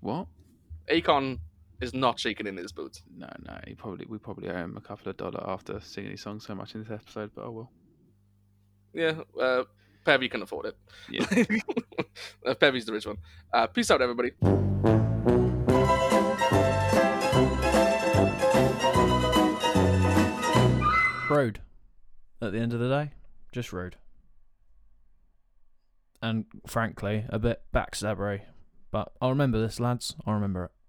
S2: What?
S1: Acon is not shaking in his boots.
S2: No, no. He probably we probably owe him a couple of dollar after singing his song so much in this episode, but oh well.
S1: Yeah, uh, Pevy can afford it.
S2: Yeah.
S1: uh, Pevy's the rich one. Uh, peace out, everybody.
S3: Rude. At the end of the day, just rude. And frankly, a bit backstabbery. But I'll remember this, lads. I'll remember it.